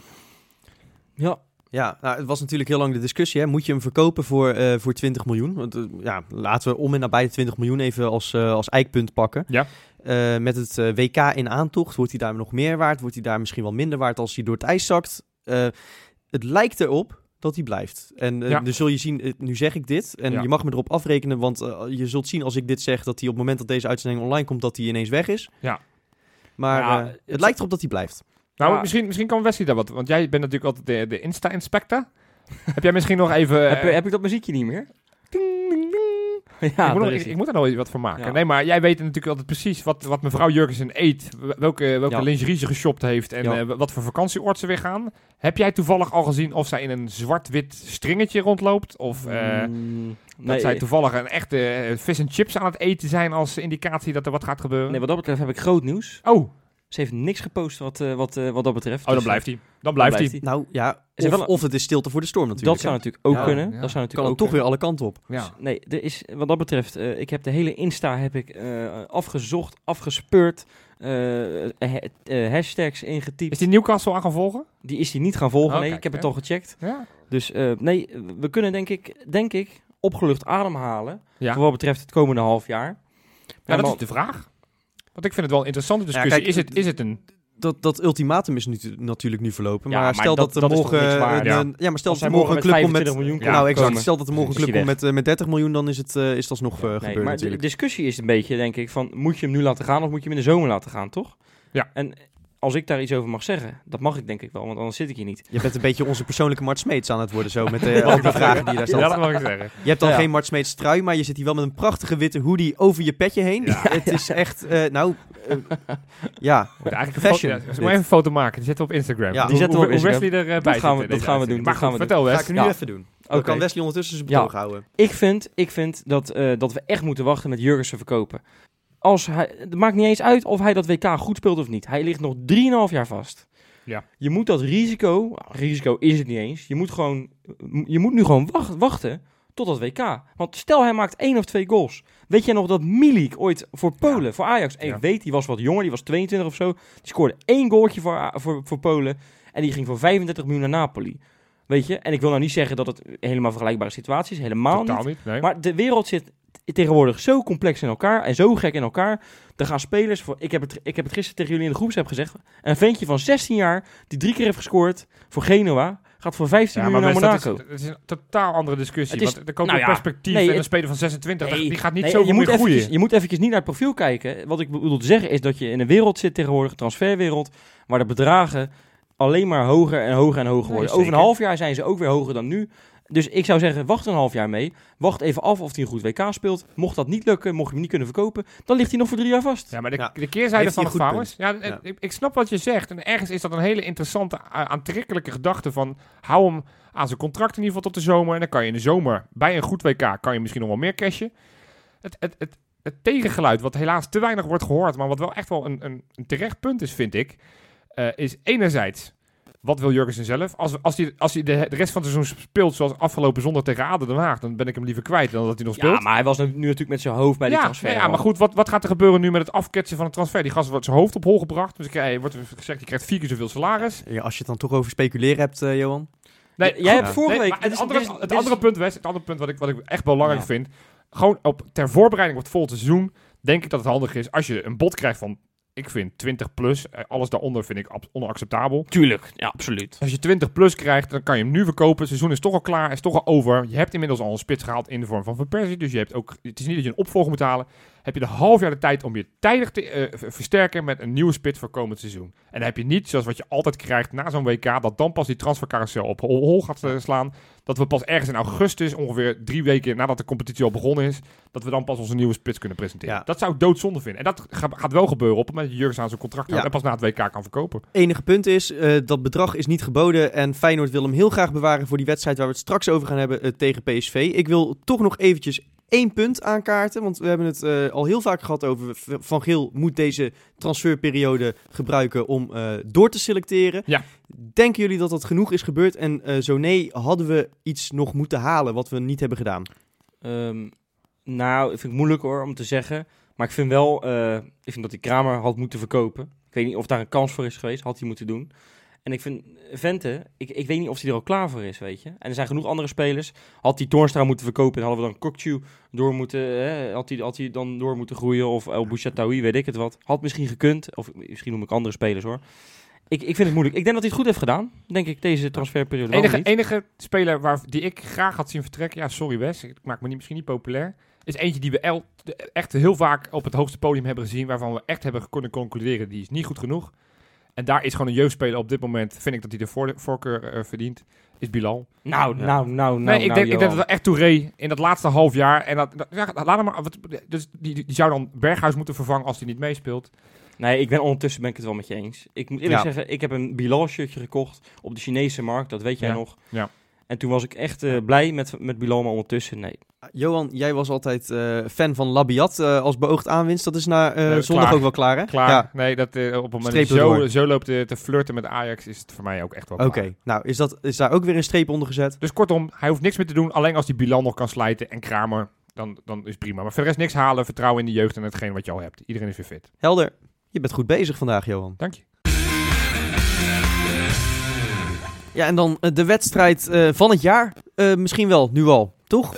S3: Ja.
S2: Ja, nou, het was natuurlijk heel lang de discussie. Hè. Moet je hem verkopen voor, eh, voor 20 miljoen? Want eh, ja, laten we om en nabij de 20 miljoen even als, eh, als eikpunt pakken.
S4: Ja.
S2: Eh, met het eh, WK in aantocht, wordt hij daar nog meer waard? Wordt hij daar misschien wel minder waard als hij door het ijs zakt? Eh, het lijkt erop dat hij blijft. En eh,
S4: Ja.
S2: dus zul je zien, eh, nu zeg ik dit. En
S4: Ja.
S2: je mag me erop afrekenen, want eh, je zult zien als ik dit zeg... dat hij op het moment dat deze uitzending online komt, dat hij ineens weg is.
S4: Ja.
S2: Maar
S3: Ja,
S2: eh, het,
S3: het-
S2: lijkt erop dat hij blijft.
S4: Nou,
S3: Ja.
S4: misschien, misschien kan Wesley daar wat. Want jij bent natuurlijk altijd de, de
S3: (laughs)
S4: Insta-inspector. Heb jij misschien nog even...
S3: heb,
S4: eh,
S3: heb ik dat muziekje niet meer?
S4: ding, ding, ding.
S3: (laughs)
S4: ik,
S3: ja,
S4: moet
S3: daar
S4: nog,
S3: is
S4: ik,
S3: hij.
S4: ik moet er nog iets wat van maken.
S3: Ja.
S4: Nee, maar jij weet natuurlijk altijd precies wat, wat mevrouw Jurgensen eet. Welke, welke
S3: Ja.
S4: lingerie ze geshopt heeft. En
S3: Ja.
S4: eh, wat voor vakantieoord ze weer gaan. Heb jij toevallig al gezien of zij in een zwart-wit stringetje rondloopt? Of... eh,
S3: Mm,
S4: dat zij
S3: nee,
S4: toevallig een echte eh, vis en chips aan het eten zijn als indicatie dat er wat gaat gebeuren.
S3: nee, wat dat betreft heb ik groot nieuws.
S4: oh, oh,
S3: Ze heeft niks gepost wat, eh, wat, eh, wat dat betreft.
S4: dan
S3: Dus,
S4: blijft hij. Dan
S3: dan
S4: blijft hij.
S2: Nou ja,
S3: Is er
S2: of,
S3: wel een-
S2: of het is stilte voor de storm natuurlijk.
S3: Dat zou
S2: hè.
S3: natuurlijk ook
S4: Ja,
S3: kunnen.
S4: ja.
S3: Dat zou
S2: kan
S3: natuurlijk
S2: het
S3: ook
S2: toch weer alle kanten op.
S4: Ja.
S3: Nee, er is wat dat betreft, eh, ik heb de hele Insta heb ik, eh, afgezocht, afgespeurd, eh, ha- eh, hashtags ingetypt.
S4: Is die Newcastle aan gaan volgen?
S3: Die is hij niet gaan volgen,
S4: Oh,
S3: nee,
S4: kijk,
S3: ik heb het
S4: hè.
S3: al gecheckt.
S4: Ja.
S3: Dus eh, nee, we kunnen denk ik, denk ik opgelucht ademhalen,
S4: Ja.
S3: voor wat betreft het komende half jaar.
S4: Ja,
S3: Maar
S4: dat
S3: man-
S4: is de vraag. Want ik vind het wel een interessante
S2: Ja,
S4: discussie.
S2: kijk,
S4: is, het, is het een...
S2: dat, dat ultimatum is nu, natuurlijk nu verlopen.
S3: Ja,
S2: maar,
S3: maar
S2: stel dat,
S3: dat-
S2: er
S3: dat is toch
S2: morgen.
S3: niks waard?
S2: een-
S4: Ja.
S2: een- ja, maar stel
S3: Als
S2: dat er
S3: zij
S2: morgen
S3: morgen
S2: een
S3: met
S2: club komt
S3: 25
S2: met.
S3: miljoen
S4: Ja,
S2: nou, exact.
S3: komen.
S2: Stel dat er morgen een
S3: Is
S2: club
S3: hij
S2: komt met, eh, met 30 miljoen, dan is, het, eh, is dat nog eh,
S3: Nee,
S2: gebeurd
S3: maar de-
S2: natuurlijk.
S3: de discussie is een beetje, denk ik, van moet je hem nu laten gaan of moet je hem in de zomer laten gaan, toch?
S4: Ja.
S3: En als ik daar iets over mag zeggen, dat mag ik denk ik wel, want anders zit ik hier niet.
S2: Je bent een beetje onze persoonlijke Mart Smeets aan het worden zo. Met (laughs) eh, al die vragen die je daar
S4: Ja,
S2: stelt.
S4: dat mag ik zeggen.
S2: Je hebt dan
S3: Ja.
S2: geen Mart Smeets trui, maar je zit hier wel met een prachtige witte hoodie over je petje heen.
S4: Ja.
S2: (laughs) Het is echt. eh, nou. (laughs) eh, ja.
S4: Moet eigenlijk een
S2: Fashion,
S4: foto, ja, moet
S2: dit.
S4: even een foto maken. Die zetten we op Instagram.
S2: Ja.
S4: Hoe-
S2: Die
S3: zetten we
S4: hoe-
S3: op
S4: hoe
S3: Instagram.
S4: Wesley erbij
S3: Dat gaan we-
S4: zit in
S3: dat
S4: deze
S3: gaan we
S4: uitzending.
S3: doen,
S4: Maar
S3: dat
S4: goed,
S3: gaan we
S4: vertel
S2: Ga
S4: Wes.
S2: ik nu
S3: Ja.
S2: even doen. Dan
S3: Oké.
S2: kan Wesley ondertussen zijn
S3: Ja.
S2: bedrog houden.
S3: Ik vind, ik vind dat, eh, dat we echt moeten wachten met Jurgensen verkopen. Als hij, het maakt niet eens uit of hij dat WK goed speelt of niet. Hij ligt nog 3,5 jaar vast.
S4: Ja.
S3: Je moet dat risico, risico is het niet eens. Je moet, gewoon, je moet nu gewoon wacht- wachten tot dat WK. Want stel hij maakt één of twee goals. Weet jij nog dat Milik ooit voor Polen, voor Ajax, en
S4: Ja.
S3: ik weet die was wat jonger, die was 22 of zo. Die scoorde één goaltje voor, A- voor, voor Polen en die ging voor 35 miljoen naar Napoli. Weet je, en ik wil nou niet zeggen dat het helemaal vergelijkbare situaties is, helemaal niet.
S4: Totaal niet, nee.
S3: Maar de wereld zit tegenwoordig zo complex in elkaar en zo gek in elkaar. Er gaan spelers voor. Ik heb het, ik heb het gisteren tegen jullie in de groepsapp gezegd. Een ventje van 16 jaar die drie keer heeft gescoord voor Genoa gaat voor 15
S4: Ja, maar
S3: miljoen naar
S4: Wes, dat is,
S3: Monaco.
S4: dat is een totaal andere discussie.
S3: Het is-
S4: want er komt
S3: nou
S4: een
S3: ja,
S4: perspectief
S3: nee,
S4: en een
S3: het-
S4: speler van 26,
S3: Nee,
S4: die gaat niet
S3: nee,
S4: zo
S3: je moet,
S4: meer groeien.
S3: eventjes, je moet eventjes niet naar het profiel kijken. Wat ik bedoel te zeggen is dat je in een wereld zit tegenwoordig, een transferwereld, waar de bedragen alleen maar hoger en hoger en hoger
S4: Nee,
S3: worden. Over
S4: zeker.
S3: een half jaar zijn ze ook weer hoger dan nu. Dus ik zou zeggen, wacht een half jaar mee. Wacht even af of hij een goed WK speelt. Mocht dat niet lukken, mocht je hem niet kunnen verkopen, dan ligt hij nog voor drie jaar vast.
S4: Ja, maar de,
S2: Ja.
S4: de keerzijde
S2: Heeft
S4: van
S2: hij
S4: het
S2: een
S4: verhaal
S2: goed
S4: is... Ja, en-
S2: Ja.
S4: Ik, ik snap wat je zegt. En ergens is dat een hele interessante, a- aantrekkelijke gedachte van... hou hem aan zijn contract in ieder geval tot de zomer. En dan kan je in de zomer bij een goed WK... kan je misschien nog wel meer cashen. Het, het, het, het tegengeluid, wat helaas te weinig wordt gehoord... maar wat wel echt wel een, een, een terecht punt is, vind ik... eh, is enerzijds... Wat wil Jurgensen zelf? Als, als hij, als hij de, de rest van het seizoen speelt zoals afgelopen zondag tegen Aden Den Haag... dan ben ik hem liever kwijt dan dat hij nog speelt
S3: Ja, maar hij was nu nu natuurlijk met zijn hoofd bij die
S4: ja,
S3: transfer.
S4: nou Ja, maar goed, wat, wat gaat er gebeuren nu met het afketsen van het transfer? Die gast wordt zijn hoofd op hol eh, gebracht. Dus hij wordt gezegd, je krijgt vier keer zoveel salaris.
S2: Ja, als je het dan toch over speculeren hebt, eh, Johan.
S4: Nee,
S3: J- jij hebt
S4: ja.
S3: vorige
S4: Nee,
S3: week-
S4: maar
S3: dit
S4: Het
S3: is-
S4: andere,
S3: dit is-
S4: het
S3: dit
S4: andere
S3: is-
S4: punt, Wes, het andere punt wat ik, wat ik echt belangrijk
S3: Ja.
S4: vind. Gewoon op, ter voorbereiding op het volgende seizoen denk ik dat het handig is als je een bod krijgt van, ik vind 20 plus, eh, alles daaronder vind ik ab- onacceptabel.
S3: Tuurlijk, ja, absoluut.
S4: Als je 20 plus krijgt, dan kan je hem nu verkopen. Het seizoen is toch al klaar, is toch al over. Je hebt inmiddels al een spits gehaald in de vorm van Van Persie. Dus je hebt ook, het is niet dat je een opvolger moet halen. Heb je de half jaar de tijd om je tijdig te eh, v- versterken met een nieuwe spits voor komend seizoen. En dan heb je niet, zoals wat je altijd krijgt na zo'n WK, dat dan pas die transfercarousel op hol hol gaat eh, slaan. Dat we pas ergens in augustus, ongeveer drie weken nadat de competitie al begonnen is, dat we dan pas onze nieuwe spits kunnen presenteren.
S2: Ja.
S4: Dat zou ik doodzonde vinden. En dat ga- gaat wel gebeuren op het moment dat Jurgens aan zijn contract houdt
S2: Ja.
S4: en pas na het WK kan verkopen.
S2: enige punt is, eh, dat bedrag is niet geboden. En Feyenoord wil hem heel graag bewaren voor die wedstrijd waar we het straks over gaan hebben eh, tegen PSV. Ik wil toch nog eventjes één punt aankaarten. Want we hebben het eh, al heel vaak gehad over V- Van Geel moet deze transferperiode gebruiken om eh, door te selecteren.
S4: Ja.
S2: Denken jullie dat dat genoeg is gebeurd? En eh, zo nee, hadden we iets nog moeten halen wat we niet hebben gedaan?
S3: Ehm, nou, vind ik moeilijk hoor om te zeggen. Maar ik vind wel, eh, ik vind dat die Kramer had moeten verkopen. Ik weet niet of daar een kans voor is geweest, had hij moeten doen. En ik vind Vente, ik, ik weet niet of hij er al klaar voor is, weet je. En er zijn genoeg andere spelers. Had hij Toornstra moeten verkopen en hadden we dan Kokchu door moeten, hè, had hij had hij dan door moeten groeien of El Bouchatoui, weet ik het wat. Had misschien gekund, of misschien noem ik andere spelers hoor. Ik, ik vind het moeilijk. Ik denk dat hij het goed heeft gedaan, denk ik, deze transferperiode. Waarom
S4: enige,
S3: niet?
S4: enige speler waar, die ik graag had zien vertrekken, ja, sorry Wes, ik maak me niet, misschien niet populair, is eentje die we el- de- echt heel vaak op het hoogste podium hebben gezien, waarvan we echt hebben kunnen concluderen, die is niet goed genoeg. En daar is gewoon een jeugdspeler op dit moment, vind ik dat hij de voor- voorkeur eh, verdient, is Bilal.
S3: Nou,
S4: Ja.
S3: nou, nou, nou.
S4: nee, ik,
S3: nou,
S4: denk, ik denk
S3: Johan.
S4: dat echt Touré in dat laatste half jaar, en dat, dat- ja, laat hem maar, wat, dus die, die zou dan Berghuis moeten vervangen als hij niet meespeelt.
S3: Nee, ik ben ondertussen ben ik het wel met je eens. Ik moet eerlijk
S2: Ja.
S3: zeggen, ik heb een Bilal shirtje gekocht op de Chinese markt, dat weet jij
S4: Ja,
S3: nog.
S4: ja.
S3: En toen was ik echt eh, blij met, met Bilal, maar ondertussen nee.
S2: Johan, jij was altijd eh, fan van Labiat eh, als beoogd aanwinst. Dat is na eh,
S4: Nee,
S2: zondag
S4: klaar.
S2: ook wel klaar, hè?
S4: Klaar,
S2: Ja.
S4: nee, dat, eh, op het moment dat
S2: Streep
S4: je zo,
S2: erdoor.
S4: zo loopt eh, te flirten met Ajax, is het voor mij ook echt wel
S2: Oké,
S4: klaar.
S2: nou is, dat, is daar ook weer een streep onder gezet?
S4: Dus kortom, hij hoeft niks meer te doen. Alleen als die Bilan nog kan slijten en Kramer, dan, dan is prima. Maar verder is niks halen, vertrouwen in de jeugd en hetgeen wat je al hebt. Iedereen is weer fit.
S2: Helder, je bent goed bezig vandaag, Johan.
S4: Dank je.
S2: Ja, en dan eh, de wedstrijd eh, van het jaar. Eh, misschien wel, nu al, toch?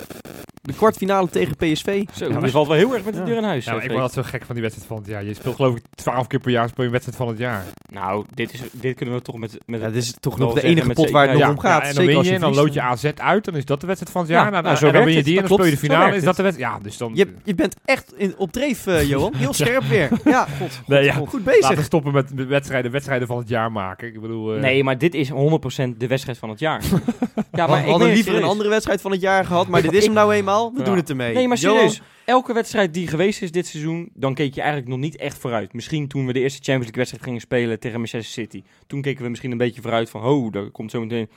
S2: De kwartfinale tegen PSV.
S3: Zo, die valt wel heel erg met de
S4: Ja.
S3: deur in huis. eh,
S4: ik
S3: Freek.
S4: ben altijd zo gek van die wedstrijd van het jaar. Je speelt geloof ik twaalf keer per jaar speel je een wedstrijd van het jaar.
S3: Nou, dit, is, dit kunnen we toch met... met
S2: Ja, dit is toch
S3: wel
S2: nog de
S3: zeggen
S2: enige
S3: met
S2: pot waar het nog
S3: zekerheid.
S2: om gaat.
S4: en dan
S2: zeker
S4: win
S2: als
S4: je en dan
S2: verliest.
S4: lood je AZ uit. Dan is dat de wedstrijd van het
S3: Ja,
S4: jaar. Nou,
S3: nou, zo
S4: en dan
S3: werkt
S4: win je
S3: het,
S4: die en
S3: dat
S4: dan speel je de
S3: klopt. Zo
S4: finale.
S3: werkt
S4: Is dat de wedstrijd? Ja, dus dan...
S2: Je, je bent echt in, op dreef, (laughs) eh, Johan. Heel scherp weer. (laughs) Ja, god, god,
S4: Nee, ja.
S2: god. goed
S4: Laten
S2: bezig.
S4: we stoppen met met wedstrijden, wedstrijden van het jaar maken. Ik bedoel... eh,
S3: Nee, maar dit is 100% de wedstrijd van het
S2: (laughs)
S3: jaar. ja,
S2: we hadden
S3: ben
S2: liever
S3: serieus.
S2: een andere wedstrijd van het jaar gehad, maar
S3: Ik-
S2: dit is hem
S3: ik-
S2: nou eenmaal. We
S3: Ja.
S2: doen het ermee.
S3: Nee, maar
S2: Johan,
S3: serieus. Elke wedstrijd die geweest is dit seizoen, dan keek je eigenlijk nog niet echt vooruit. Misschien toen we de eerste Champions League wedstrijd gingen spelen tegen Manchester City. Toen keken we misschien een beetje vooruit van, ho, daar komt zo meteen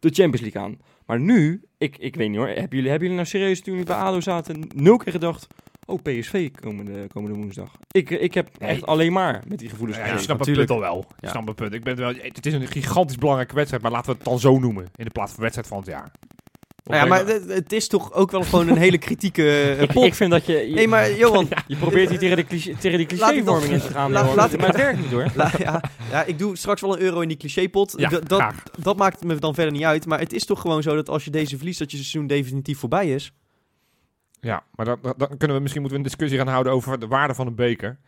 S3: de Champions League aan. Maar nu, ik, ik weet niet hoor, hebben jullie, hebben jullie nou serieus toen jullie bij ADO zaten nul keer gedacht... Oh, PSV komende, komende woensdag. Ik, ik heb
S4: Nee.
S3: echt alleen maar met die gevoelens
S4: Ja, Dus ik
S3: gezeten.
S4: snap het
S2: natuurlijk.
S4: punt al wel. Ik
S2: Ja.
S4: snap het punt. Ik ben wel. Het is een gigantisch belangrijke wedstrijd, maar laten we het dan zo noemen. In de plaats van wedstrijd van het jaar.
S2: Nou ja, maar het, het is toch ook wel gewoon een hele (laughs) kritieke eh,
S3: Ik,
S2: pot.
S3: ik vind dat je... je
S2: Nee, maar
S3: (laughs)
S2: Johan,
S3: Je probeert hier tegen de, cliché, tegen die
S2: Laat ik nog-
S3: clichévorming in te gaan.
S2: Laat-
S3: hoor.
S2: laat ik-
S3: maar het werkt niet hoor.
S2: La- ja, ja, ik doe straks wel een euro in die clichépot.
S4: Ja,
S2: D- dat,
S4: graag.
S2: dat maakt me dan verder niet uit. Maar het is toch gewoon zo dat als je deze verliest, dat je seizoen definitief voorbij is.
S4: Ja, maar dan, dan- dan kunnen we misschien moeten we een discussie gaan houden over de waarde van een beker.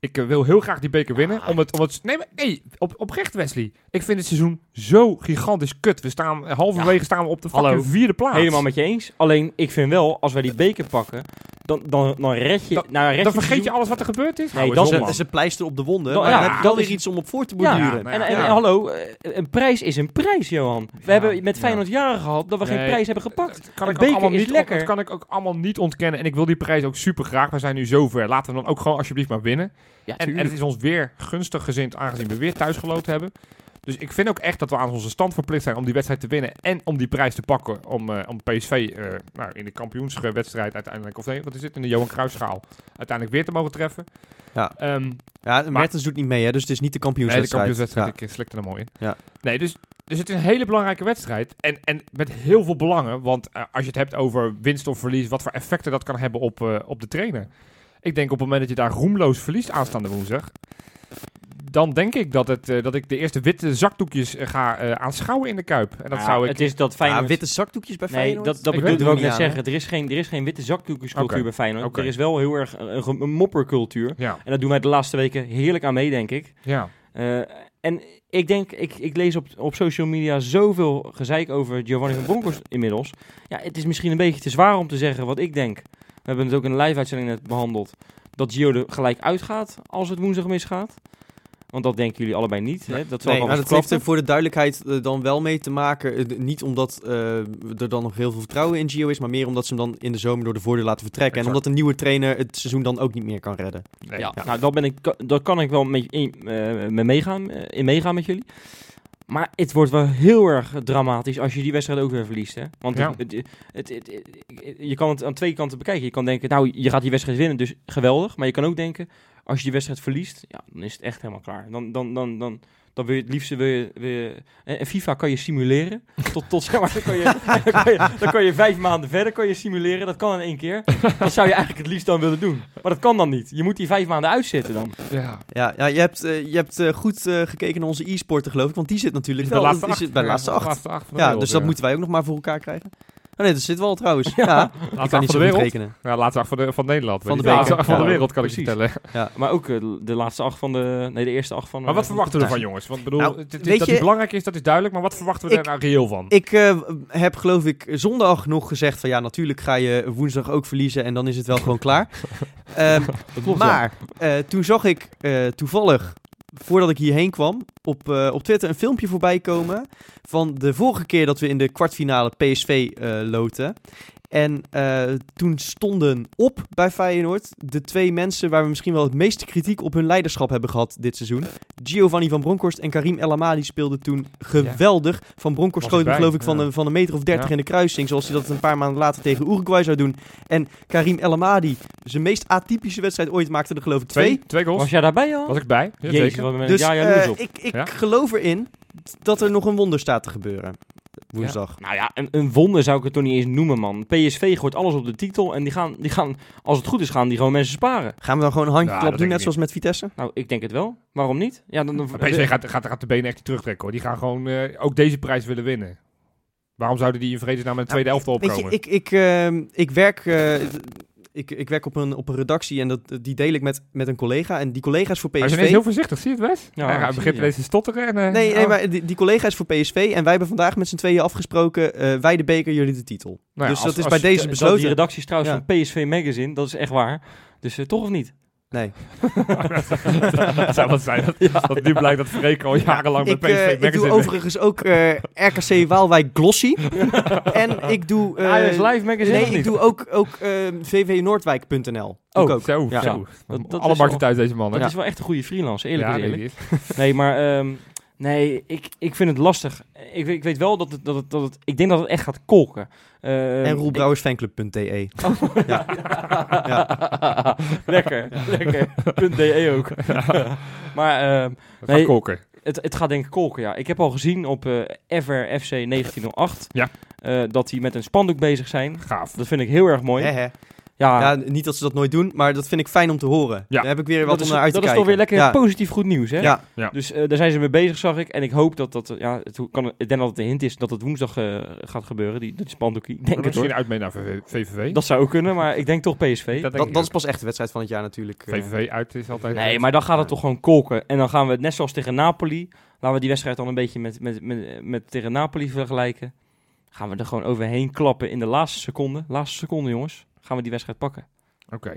S4: Ik eh, wil heel graag die beker winnen.
S3: Ah.
S4: Om het, om het, nee, maar, nee op, oprecht Wesley. Ik vind het seizoen zo gigantisch kut. We staan eh, halverwege staan we op de fucking
S3: Hallo.
S4: vierde plaats.
S3: Helemaal met je eens. Alleen, ik vind wel, als wij die beker pakken, dan, dan, dan red je...
S4: Eh, Dan-
S3: nou, red
S4: Dan
S3: je
S4: vergeet je alles wat er gebeurd is. Nou, Hou
S3: Nee, dat
S4: eens op,
S3: is het-
S2: Dat
S4: man.
S2: is een pleister op de wonden.
S3: Nou,
S2: maar
S3: ja,
S2: dan heb je
S3: dat
S2: wel weer
S3: is-
S2: iets om op voor te
S3: Ja,
S2: borduren.
S4: nou
S3: En, en,
S4: Ja.
S3: en hallo, eh, een prijs is een prijs, Johan. We
S4: Ja,
S3: hebben met
S4: ja.
S3: Feyenoord jaren gehad dat we geen
S4: Nee, Eh,
S3: prijs hebben gepakt.
S4: Dat kan
S3: Een
S4: ik ook
S3: beker
S4: allemaal
S3: is
S4: niet on-
S3: lekker.
S4: Dat kan ik ook allemaal niet ontkennen. En ik wil die prijs ook super graag. We zijn nu zover. Laten we dan ook gewoon alsjeblieft maar winnen.
S3: Ja,
S4: En, en het is ons weer gunstig gezind, aangezien we weer thuis geloot hebben. Dus ik vind ook echt dat we aan onze stand verplicht zijn om die wedstrijd te winnen. En om die prijs te pakken om, eh, om PSV eh, nou, in de kampioenswedstrijd uiteindelijk, of nee, wat is het, in de Johan Cruijffschaal, uiteindelijk weer te mogen treffen.
S2: Ja.
S4: Ehm,
S2: Ja, Mertens doet niet mee, hè, dus het is niet de
S4: nee, de
S2: kampioenswedstrijd.
S4: kampioenswedstrijd,
S2: Ja.
S4: ik eh, slikte er mooi in.
S2: Ja.
S4: Nee, dus, dus het is een hele belangrijke wedstrijd. En, en met heel veel belangen, want eh, als je het hebt over winst of verlies, wat voor effecten dat kan hebben op, eh, op de trainer. Ik denk op het moment dat je daar roemloos verliest aanstaande woensdag, dan denk ik dat, het, eh, dat ik de eerste witte zakdoekjes eh, ga eh, aanschouwen in de Kuip. En dat
S3: Ja,
S4: zou ik...
S3: Het is dat
S2: Ja,
S3: Feyenoord...
S2: witte zakdoekjes bij
S3: Nee,
S2: Feyenoord?
S3: dat, dat
S4: Ik
S3: bedoelde
S2: weet
S3: ik ook
S2: het
S3: net
S2: niet aan,
S3: zeggen. Er is, geen, er is geen witte zakdoekjescultuur
S4: Oké.
S3: bij Feyenoord.
S4: Oké.
S3: Er is wel heel erg een, een, een moppercultuur.
S4: Ja,
S3: En daar doen wij de laatste weken heerlijk aan mee, denk ik.
S4: ja.
S3: Eh, en ik denk, ik, ik lees op, op social media zoveel gezeik over Giovanni van Bronckhorst inmiddels. Ja, het is misschien een beetje te zwaar om te zeggen wat ik denk. We hebben het ook in de live-uitzending net behandeld. Dat Gio er gelijk uitgaat als het woensdag misgaat. Want dat denken jullie allebei niet. Hè? Dat zal
S2: Nee,
S3: ik
S2: maar dat
S3: alvast
S2: heeft er
S3: verklappen.
S2: voor de duidelijkheid eh, dan wel mee te maken. Eh, d- niet omdat eh, er dan nog heel veel vertrouwen in Gio is, maar meer omdat ze hem dan in de zomer door de voordeur laten vertrekken. En
S4: Exact.
S2: omdat een nieuwe trainer het seizoen dan ook niet meer kan redden.
S4: Nee.
S3: Ja, nou, dat, ben ik, dat kan ik wel mee, in, eh, mee meegaan, eh, in meegaan met jullie. Maar het wordt wel heel erg dramatisch als je die wedstrijd ook weer verliest. Hè? Want
S4: Ja.
S3: het, het, het- het- het- je kan het aan twee kanten bekijken. Je kan denken, nou, je gaat die wedstrijd winnen, dus geweldig. Maar je kan ook denken, als je die wedstrijd verliest, ja, dan is het echt helemaal klaar. Dan, dan, dan, dan, dan wil je het liefste... Wil je, wil je- en en FIFA kan je simuleren. Tot, tot zeg maar, dan kan, je, dan, kan je, dan kan je vijf maanden verder kan je simuleren. Dat kan in één keer. Dat zou je eigenlijk het liefst dan willen doen. Maar dat kan dan niet. Je moet die vijf maanden uitzitten dan.
S4: ja.
S2: Ja, ja je hebt, eh, je hebt eh, goed eh, gekeken naar onze e-sporten, geloof ik. Want die zit natuurlijk
S4: Is
S2: wel
S4: bij Dus de laatste
S2: die zit
S4: acht.
S2: bij de
S4: Ja,
S2: laatste
S4: de
S2: acht.
S4: laatste acht van de
S2: ja,
S4: wereld,
S2: dus dat
S4: ja.
S2: moeten wij ook nog maar voor elkaar krijgen. Oh nee, dat zit wel
S4: (laughs)
S2: trouwens. Ja, ik
S4: Laatste
S2: kan
S4: acht
S2: niet zo
S4: van de
S2: goed
S4: wereld.
S2: rekenen.
S4: Ja, laatste acht van, de, van Nederland.
S2: Van de
S4: Die laatste
S2: beker.
S4: acht van de
S2: Ja,
S4: wereld kan ik je
S3: precies.
S4: vertellen.
S3: Maar ook eh, de laatste acht van de... Nee, de eerste acht van...
S4: Maar wat
S3: eh,
S4: verwachten we
S2: Ja.
S4: ervan, jongens? Want ik bedoel,
S2: Nou,
S4: het- het-
S2: weet
S4: dat
S2: je-
S4: het belangrijk is, dat is duidelijk. Maar wat verwachten we
S2: Ik-
S4: er nou reëel van?
S2: Ik eh, heb geloof ik zondag nog gezegd van ja, natuurlijk ga je woensdag ook verliezen en dan is het wel gewoon klaar.
S4: (laughs)
S2: Ehm, maar eh, toen zag ik eh, toevallig, voordat ik hierheen kwam, op, eh, op Twitter een filmpje voorbij komen van de vorige keer dat we in de kwartfinale PSV eh, loten. En eh, toen stonden op bij Feyenoord de twee mensen waar we misschien wel het meeste kritiek op hun leiderschap hebben gehad dit seizoen. Giovanni van Bronckhorst en Karim El Amadi speelden toen geweldig. Van Bronckhorst
S4: Was ik
S2: schoot hem
S4: bij,
S2: geloof ik van,
S4: ja.
S2: een, van een meter of dertig
S4: Ja.
S2: in de kruising. Zoals hij dat een paar maanden later tegen Uruguay zou doen. En Karim El Amadi, zijn meest atypische wedstrijd ooit, maakte er geloof ik twee.
S4: Twee, twee goals.
S3: Was
S4: Was,
S3: jij daarbij al?
S4: ik bij? Ja,
S3: Jezus,
S4: zeker.
S3: wat ben ik
S2: Dus
S3: daar
S2: eh,
S3: jaloers op.
S2: ik, ik
S4: Ja.
S2: geloof erin dat er nog een wonder staat te gebeuren. Woensdag.
S3: Nou ja, een, een wonder zou ik het toch niet eens noemen, man. PSV gooit alles op de titel en die gaan, die gaan, als het goed is, gaan die gewoon mensen sparen.
S2: Gaan we dan gewoon een handjeklap
S4: Nou, dat
S2: doen,
S4: denk
S2: net
S4: ik
S2: zoals met Vitesse?
S3: Nou, ik denk het wel. Waarom niet? Ja, dan, dan-
S4: Maar PSV gaat, gaat, gaat de benen echt niet terugtrekken hoor. Die gaan gewoon eh, ook deze prijs willen winnen. Waarom zouden die in vredesnaam in de tweede elftal
S2: Nou, Weet
S4: opkomen?
S2: je, ik, ik, ehm, ik werk, eh, ik, ik werk op, een, op een redactie en dat, die deel ik met, met een collega. En die collega is voor
S4: Hij is
S2: PSV.
S4: ineens heel voorzichtig, zie je het Wes?
S3: Ja,
S4: hij
S3: ik
S4: gaat-
S3: zie
S4: begint
S3: het,
S4: ineens te stotteren. En, eh,
S2: Nee, nee
S4: oh.
S2: maar die, die collega is voor PSV en wij hebben vandaag met z'n tweeën afgesproken, eh, wij de beker, jullie de titel.
S4: Nou ja,
S2: dus
S4: als-
S2: dat is
S4: als-
S2: bij deze
S4: (laughs)
S3: dat-
S2: besloten.
S3: Die redactie is trouwens
S2: Ja.
S3: van PSV Magazine, dat is echt waar. Dus eh, toch of (laughs) niet?
S2: Nee.
S4: dat zou wat zijn.
S2: (laughs)
S4: Dat, dat nu blijkt dat Freek al jarenlang
S2: Ik,
S4: bij PSV
S2: eh, ik doe
S4: Magazine-
S2: overigens ook eh, RKC Waalwijk Glossy. en ik doe... eh,
S3: Ajax Live Magazine
S2: nee,
S3: of niet?
S2: ik doe ook, ook eh, vvnoordwijk.nl. Doe ik
S3: Oh,
S2: ook.
S4: Zo,
S2: Ja.
S4: zo.
S3: Dat- dat
S4: Alle
S3: is
S4: markten
S3: al-
S4: thuis deze man. hè?
S3: Dat is wel echt een goede freelance, eerlijk
S4: Ja,
S3: is
S4: nee,
S3: eerlijk.
S4: die is-
S3: Nee, maar ehm, nee, ik, ik vind het lastig. Ik, weet- ik weet wel dat het, dat, het, dat het... Ik denk dat het echt gaat kolken. Ehm,
S2: En roelbrouwersfanclub.de. Ja.
S3: Ja. lekker, lekker. .de ook. maar ehm,
S4: dat
S3: Nee.
S4: gaat koken.
S3: het, het gaat denk ik kolken, ja. Ik heb al gezien op eh Ever FC 1908
S4: Ja.
S3: eh, dat die met een spandoek bezig zijn.
S4: Gaaf.
S3: Dat vind ik heel erg mooi. Ah.
S2: Hè, hè.
S3: Ja,
S2: Ja, niet dat ze dat nooit doen, maar dat vind ik fijn om te horen.
S4: Ja.
S2: Daar heb ik weer wat
S3: dat, is,
S2: om naar uit te
S3: dat is
S2: kijken.
S3: toch weer lekker
S2: Ja.
S3: positief goed nieuws, hè?
S2: Ja.
S4: Ja.
S3: Dus eh, daar zijn ze mee bezig, zag ik. En ik hoop dat dat... eh, Ja, het hoe- kan, ik denk dat het een hint is dat het woensdag eh, gaat gebeuren, die, dat spandoekie. Ik Denk het,
S4: Misschien
S3: hoor.
S4: uit mee naar VV- VVV.
S3: Dat zou ook kunnen, maar ik denk toch PSV.
S4: Dat denk
S2: Dat,
S4: ik
S2: dat is
S4: ook.
S2: pas echt de wedstrijd van het jaar natuurlijk. eh.
S4: VVV uit is altijd...
S3: Nee, maar dan gaat het toch gewoon kolken. En dan gaan we het net zoals tegen Napoli. Laten we die wedstrijd dan een beetje met, met, met, met tegen Napoli vergelijken. Gaan we er gewoon overheen klappen in de laatste seconde. Laatste seconde, jongens. Gaan we die wedstrijd pakken.
S4: Oké.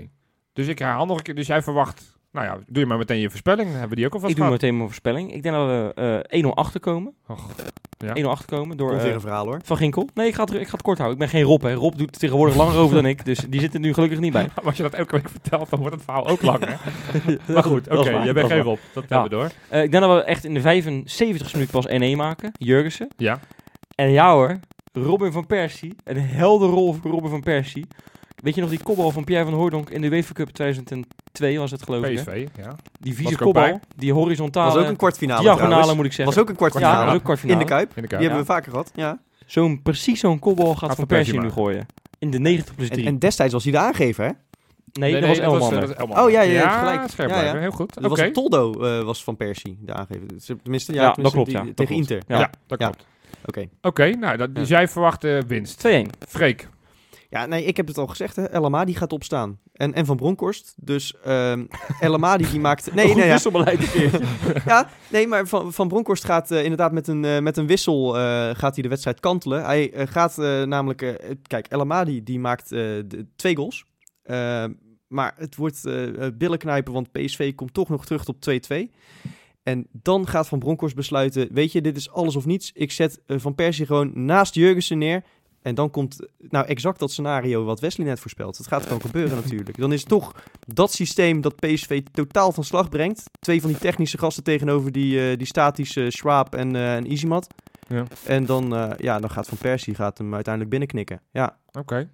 S4: Dus ik herhaal nog een keer. Dus jij verwacht... Nou ja, doe je maar meteen je voorspelling. Dan hebben we die ook alvast
S3: ik doe
S4: gehad.
S3: meteen mijn voorspelling. Ik denk dat we eh 1-0 achterkomen.
S4: Och, ja.
S3: 1-0 achterkomen door
S2: Komt weer
S3: eh,
S2: een verhaal hoor.
S3: Van Ginkel. Nee, ik ga, het, ik ga het kort houden. Ik ben geen Rob, hè. Rob doet tegenwoordig langer over dan ik. Dus die zit er nu gelukkig niet bij.
S4: Maar Als je dat elke week vertelt, dan wordt het verhaal ook
S3: (laughs)
S4: langer. (laughs) maar goed, oké.
S3: Dat is waar,
S4: je
S3: dat
S4: bent
S3: is
S4: geen
S3: waar.
S4: Rob. Dat
S3: Ja.
S4: hebben we door.
S3: Eh, ik denk dat we echt in de 75 minuut pas 1-1 maken. Jurgensen.
S4: Ja.
S3: En ja hoor, Robin van Persie. Een heldenrol voor Robin van Persie. Weet je nog die kopbal van Pierre van Hooydonk in de UEFA Cup 2002 was het geloof ik. hè?
S4: PSV, ja. Was
S3: Die vieze
S4: ik ook
S3: kopbal,
S4: bij.
S3: die horizontale,
S2: Was ook een kwartfinale
S3: diagonale
S2: trouwens.
S3: moet ik zeggen.
S2: Was ook een
S3: ja, dat
S2: kwartfinale.
S3: was ook
S2: in
S3: kwartfinale.
S2: de Kuip.
S4: In de
S2: Die
S4: Kuip.
S2: hebben we vaker gehad. Ja.
S3: Zo'n, precies zo'n kopbal gaat,
S4: Gaat
S3: van
S4: Van
S3: Persie
S4: Persie maken.
S3: nu gooien. In de 90 plus
S2: En,
S3: 3.
S2: en destijds was hij de aangever hè?
S3: Nee, dat was Elmander.
S4: dat is Elmander.
S2: Oh, ja, ja, je hebt gelijk.
S4: scherp
S2: Ja,
S4: blijven.
S2: ja.
S4: Heel goed.
S2: Dat
S4: Oké.
S2: was Toldo, eh, was van Persie, de aangever. Ze- Tenminste, ja,
S3: Ja, dat
S2: tenminste,
S3: klopt,
S2: die-
S3: ja, dat
S2: tegen
S3: klopt.
S2: Inter.
S4: Ja,
S3: Ja.
S4: dat
S2: Ja.
S4: klopt.
S2: Oké.
S4: Oké, nou, dat, dus
S2: Ja.
S4: jij verwacht eh, winst.
S3: 2-1.
S4: Freek,
S2: Ja, nee, ik heb het al gezegd, hè. LMA die gaat opstaan. En, en Van Bronkhorst. Dus ehm (laughs) LMA die, die maakt... Nee,
S3: Goed
S2: nee, ja.
S3: wisselbeleid een keer.
S2: ja, nee, maar Van, van Bronckhorst gaat eh, inderdaad met een, eh, met een wissel eh, gaat hij de wedstrijd kantelen. Hij eh, gaat eh, namelijk... eh, kijk, El Amadi die maakt eh, de, twee goals. Eh, maar het wordt eh eh, billen knijpen, want PSV komt toch nog terug tot 2-2. En dan gaat Van Bronckhorst besluiten... Weet je, dit is alles of niets. Ik zet eh, Van Persie gewoon naast Jurgensen neer... En dan komt eh, nou exact dat scenario wat Wesley net voorspelt. Het gaat gewoon gebeuren natuurlijk. Dan is het toch dat systeem dat PSV totaal van slag brengt. Twee van die technische gasten tegenover die, eh, die statische Schwab en, eh en Easymat.
S4: Ja.
S2: En dan, eh, ja, dan gaat Van Persie gaat hem uiteindelijk binnenknikken. Ja,
S4: Oké.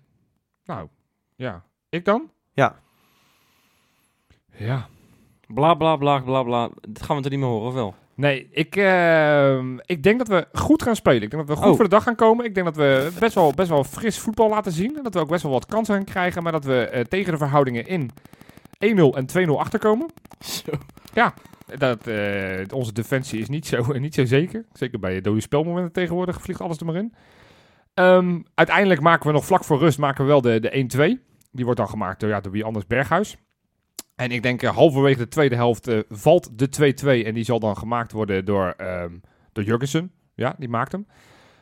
S4: Nou, ja. Ik dan?
S2: Ja.
S4: Ja.
S3: (laughs) Bla, bla, bla, bla, bla. Dat gaan we toch niet meer horen, of wel?
S4: Nee, ik, ehm, ik denk dat we goed gaan spelen. Ik denk dat we goed
S3: Oh.
S4: voor de dag gaan komen. Ik denk dat we best wel, best wel fris voetbal laten zien. En dat we ook best wel wat kansen gaan krijgen. Maar dat we eh, tegen de verhoudingen in 1-0 en 2-0 achterkomen.
S3: Zo.
S4: Dat, eh, onze defensie is niet zo, (laughs) niet zo zeker. Zeker bij dode spelmomenten tegenwoordig vliegt alles er maar in. Ehm, uiteindelijk maken we nog vlak voor rust maken we wel de, de 1-2. Die wordt dan gemaakt door, ja, door wie anders Berghuis. En ik denk eh, halverwege de tweede helft eh, valt de 2-2. En die zal dan gemaakt worden door, ehm door Jurgensen. Ja, die maakt hem.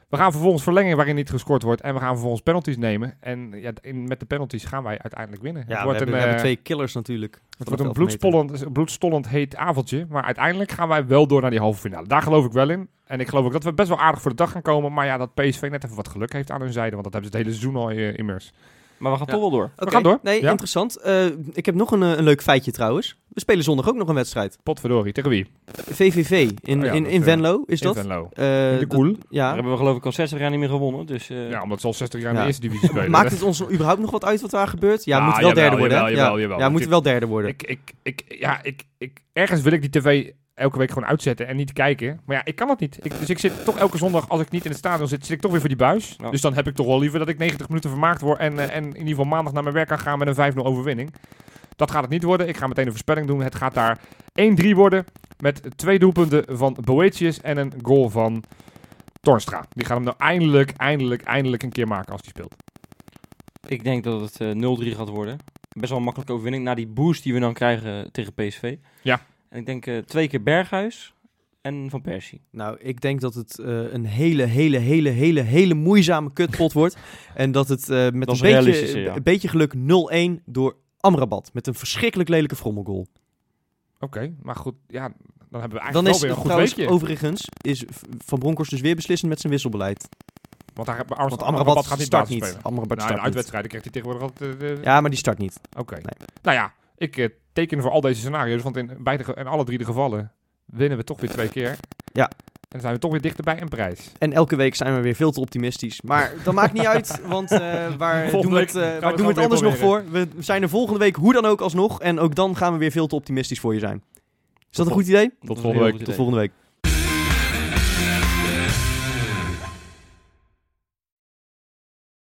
S4: We gaan vervolgens verlengen waarin niet gescoord wordt. En we gaan vervolgens penalties nemen. En ja, in- met de penalties gaan wij uiteindelijk winnen.
S2: ja we,
S4: wordt
S2: hebben, we
S4: een,
S2: hebben
S4: eh,
S2: twee killers natuurlijk. Vanaf
S4: het wordt een
S2: 11 meter.
S4: bloedstollend, een bloedstollend heet avondje. Maar uiteindelijk gaan wij wel door naar die halve finale. Daar geloof ik wel in. En ik geloof ook dat we best wel aardig voor de dag gaan komen. Maar ja, dat PSV net even wat geluk heeft aan hun zijde. Want dat hebben ze het hele seizoen al eh, immers.
S3: Maar we gaan
S2: Ja.
S3: toch wel door.
S2: Oké,
S4: gaan door.
S2: Nee,
S4: Ja.
S2: interessant. Eh, ik heb nog een, eh, een leuk feitje trouwens. We spelen zondag ook nog een wedstrijd.
S4: Potverdorie, tegen wie?
S2: VVV in,
S4: Oh ja,
S2: in,
S4: dat,
S2: in
S4: eh,
S2: Venlo is dat.
S4: Venlo.
S2: Eh,
S4: In de
S2: dat-
S4: Koel.
S3: Daar
S2: Ja.
S3: hebben we geloof ik al 60 jaar niet meer gewonnen. Dus eh,
S4: Ja, omdat ze al 60 jaar in
S2: Ja.
S4: de eerste
S2: (laughs)
S4: divisie spelen.
S2: Maakt het ons überhaupt nog wat uit wat daar gebeurt? Ja, we
S4: Ja,
S2: moeten wel
S4: Ah, jawel,
S2: derde worden. hè?
S4: jawel, jawel,
S2: ja,
S4: jawel.
S2: ja, we moeten wel derde worden.
S4: Ik, ik, ik, ja, ik, ik, ergens wil ik die tv elke week gewoon uitzetten en niet kijken. Maar ja, ik kan dat niet. Ik, dus ik zit toch elke zondag, als ik niet in het stadion zit, zit ik toch weer voor die buis.
S3: Ja.
S4: Dus dan heb ik toch wel liever dat ik 90 minuten vermaakt word en, eh, en in ieder geval maandag naar mijn werk kan gaan met een 5-0 overwinning. Dat gaat het niet worden. Ik ga meteen een voorspelling doen. Het gaat daar 1-3 worden met twee doelpunten van Boetius en een goal van Tornstra. Die gaat hem nou eindelijk, eindelijk, eindelijk een keer maken als hij speelt.
S3: ik denk dat het eh, 0-3 gaat worden. Best wel een makkelijke overwinning. Na die boost die we dan krijgen eh, tegen PSV.
S4: Ja.
S3: En ik denk eh, twee keer Berghuis en Van Persie.
S2: Nou, ik denk dat het eh, een hele, hele, hele, hele, hele moeizame kutpot
S4: (laughs)
S2: wordt. En dat het eh, met
S3: Dat
S2: een
S3: is
S2: beetje,
S3: realistischer, ja.
S2: een beetje geluk 0-1 door Amrabat. Met een verschrikkelijk lelijke frommelgoal.
S4: Oké, maar goed, ja, dan hebben we eigenlijk
S2: Dan
S4: wel
S2: is
S4: weer een goed
S2: trouwens,
S4: weekje.
S2: overigens, is V- Van Bronckhorst dus weer beslissend met zijn wisselbeleid.
S4: Want daar hebben
S2: Want
S4: Amrabat,
S2: Amrabat
S4: gaat niet
S2: start
S4: basis
S2: niet.
S4: spelen.
S2: Amrabat
S4: Nou, in de
S2: start niet.
S4: uitwedstrijden krijgt hij tegenwoordig altijd... eh, eh,
S2: Ja, maar die start niet.
S4: Oké.
S2: Nee.
S4: Nou ja, ik eh, teken voor al deze scenario's, want in, beide, ge- in alle drie de gevallen winnen we toch weer twee keer.
S2: Ja.
S4: En dan zijn we toch weer dichterbij een prijs.
S2: En elke week zijn we weer veel te optimistisch. Maar dat maakt niet
S4: (laughs)
S2: uit, want eh, waar
S4: Volgende
S2: doen we het,
S4: week
S2: eh,
S4: gaan we
S2: waar
S4: het
S2: doen we het
S4: gewoon
S2: anders
S4: weer
S2: nog voor? We zijn er volgende week hoe dan ook alsnog. En ook dan gaan we weer veel te optimistisch voor je zijn. Is dat een goed idee?
S3: Dat is
S4: volgende
S3: een heel
S4: week.
S3: goed
S2: Tot
S3: idee.
S2: volgende week.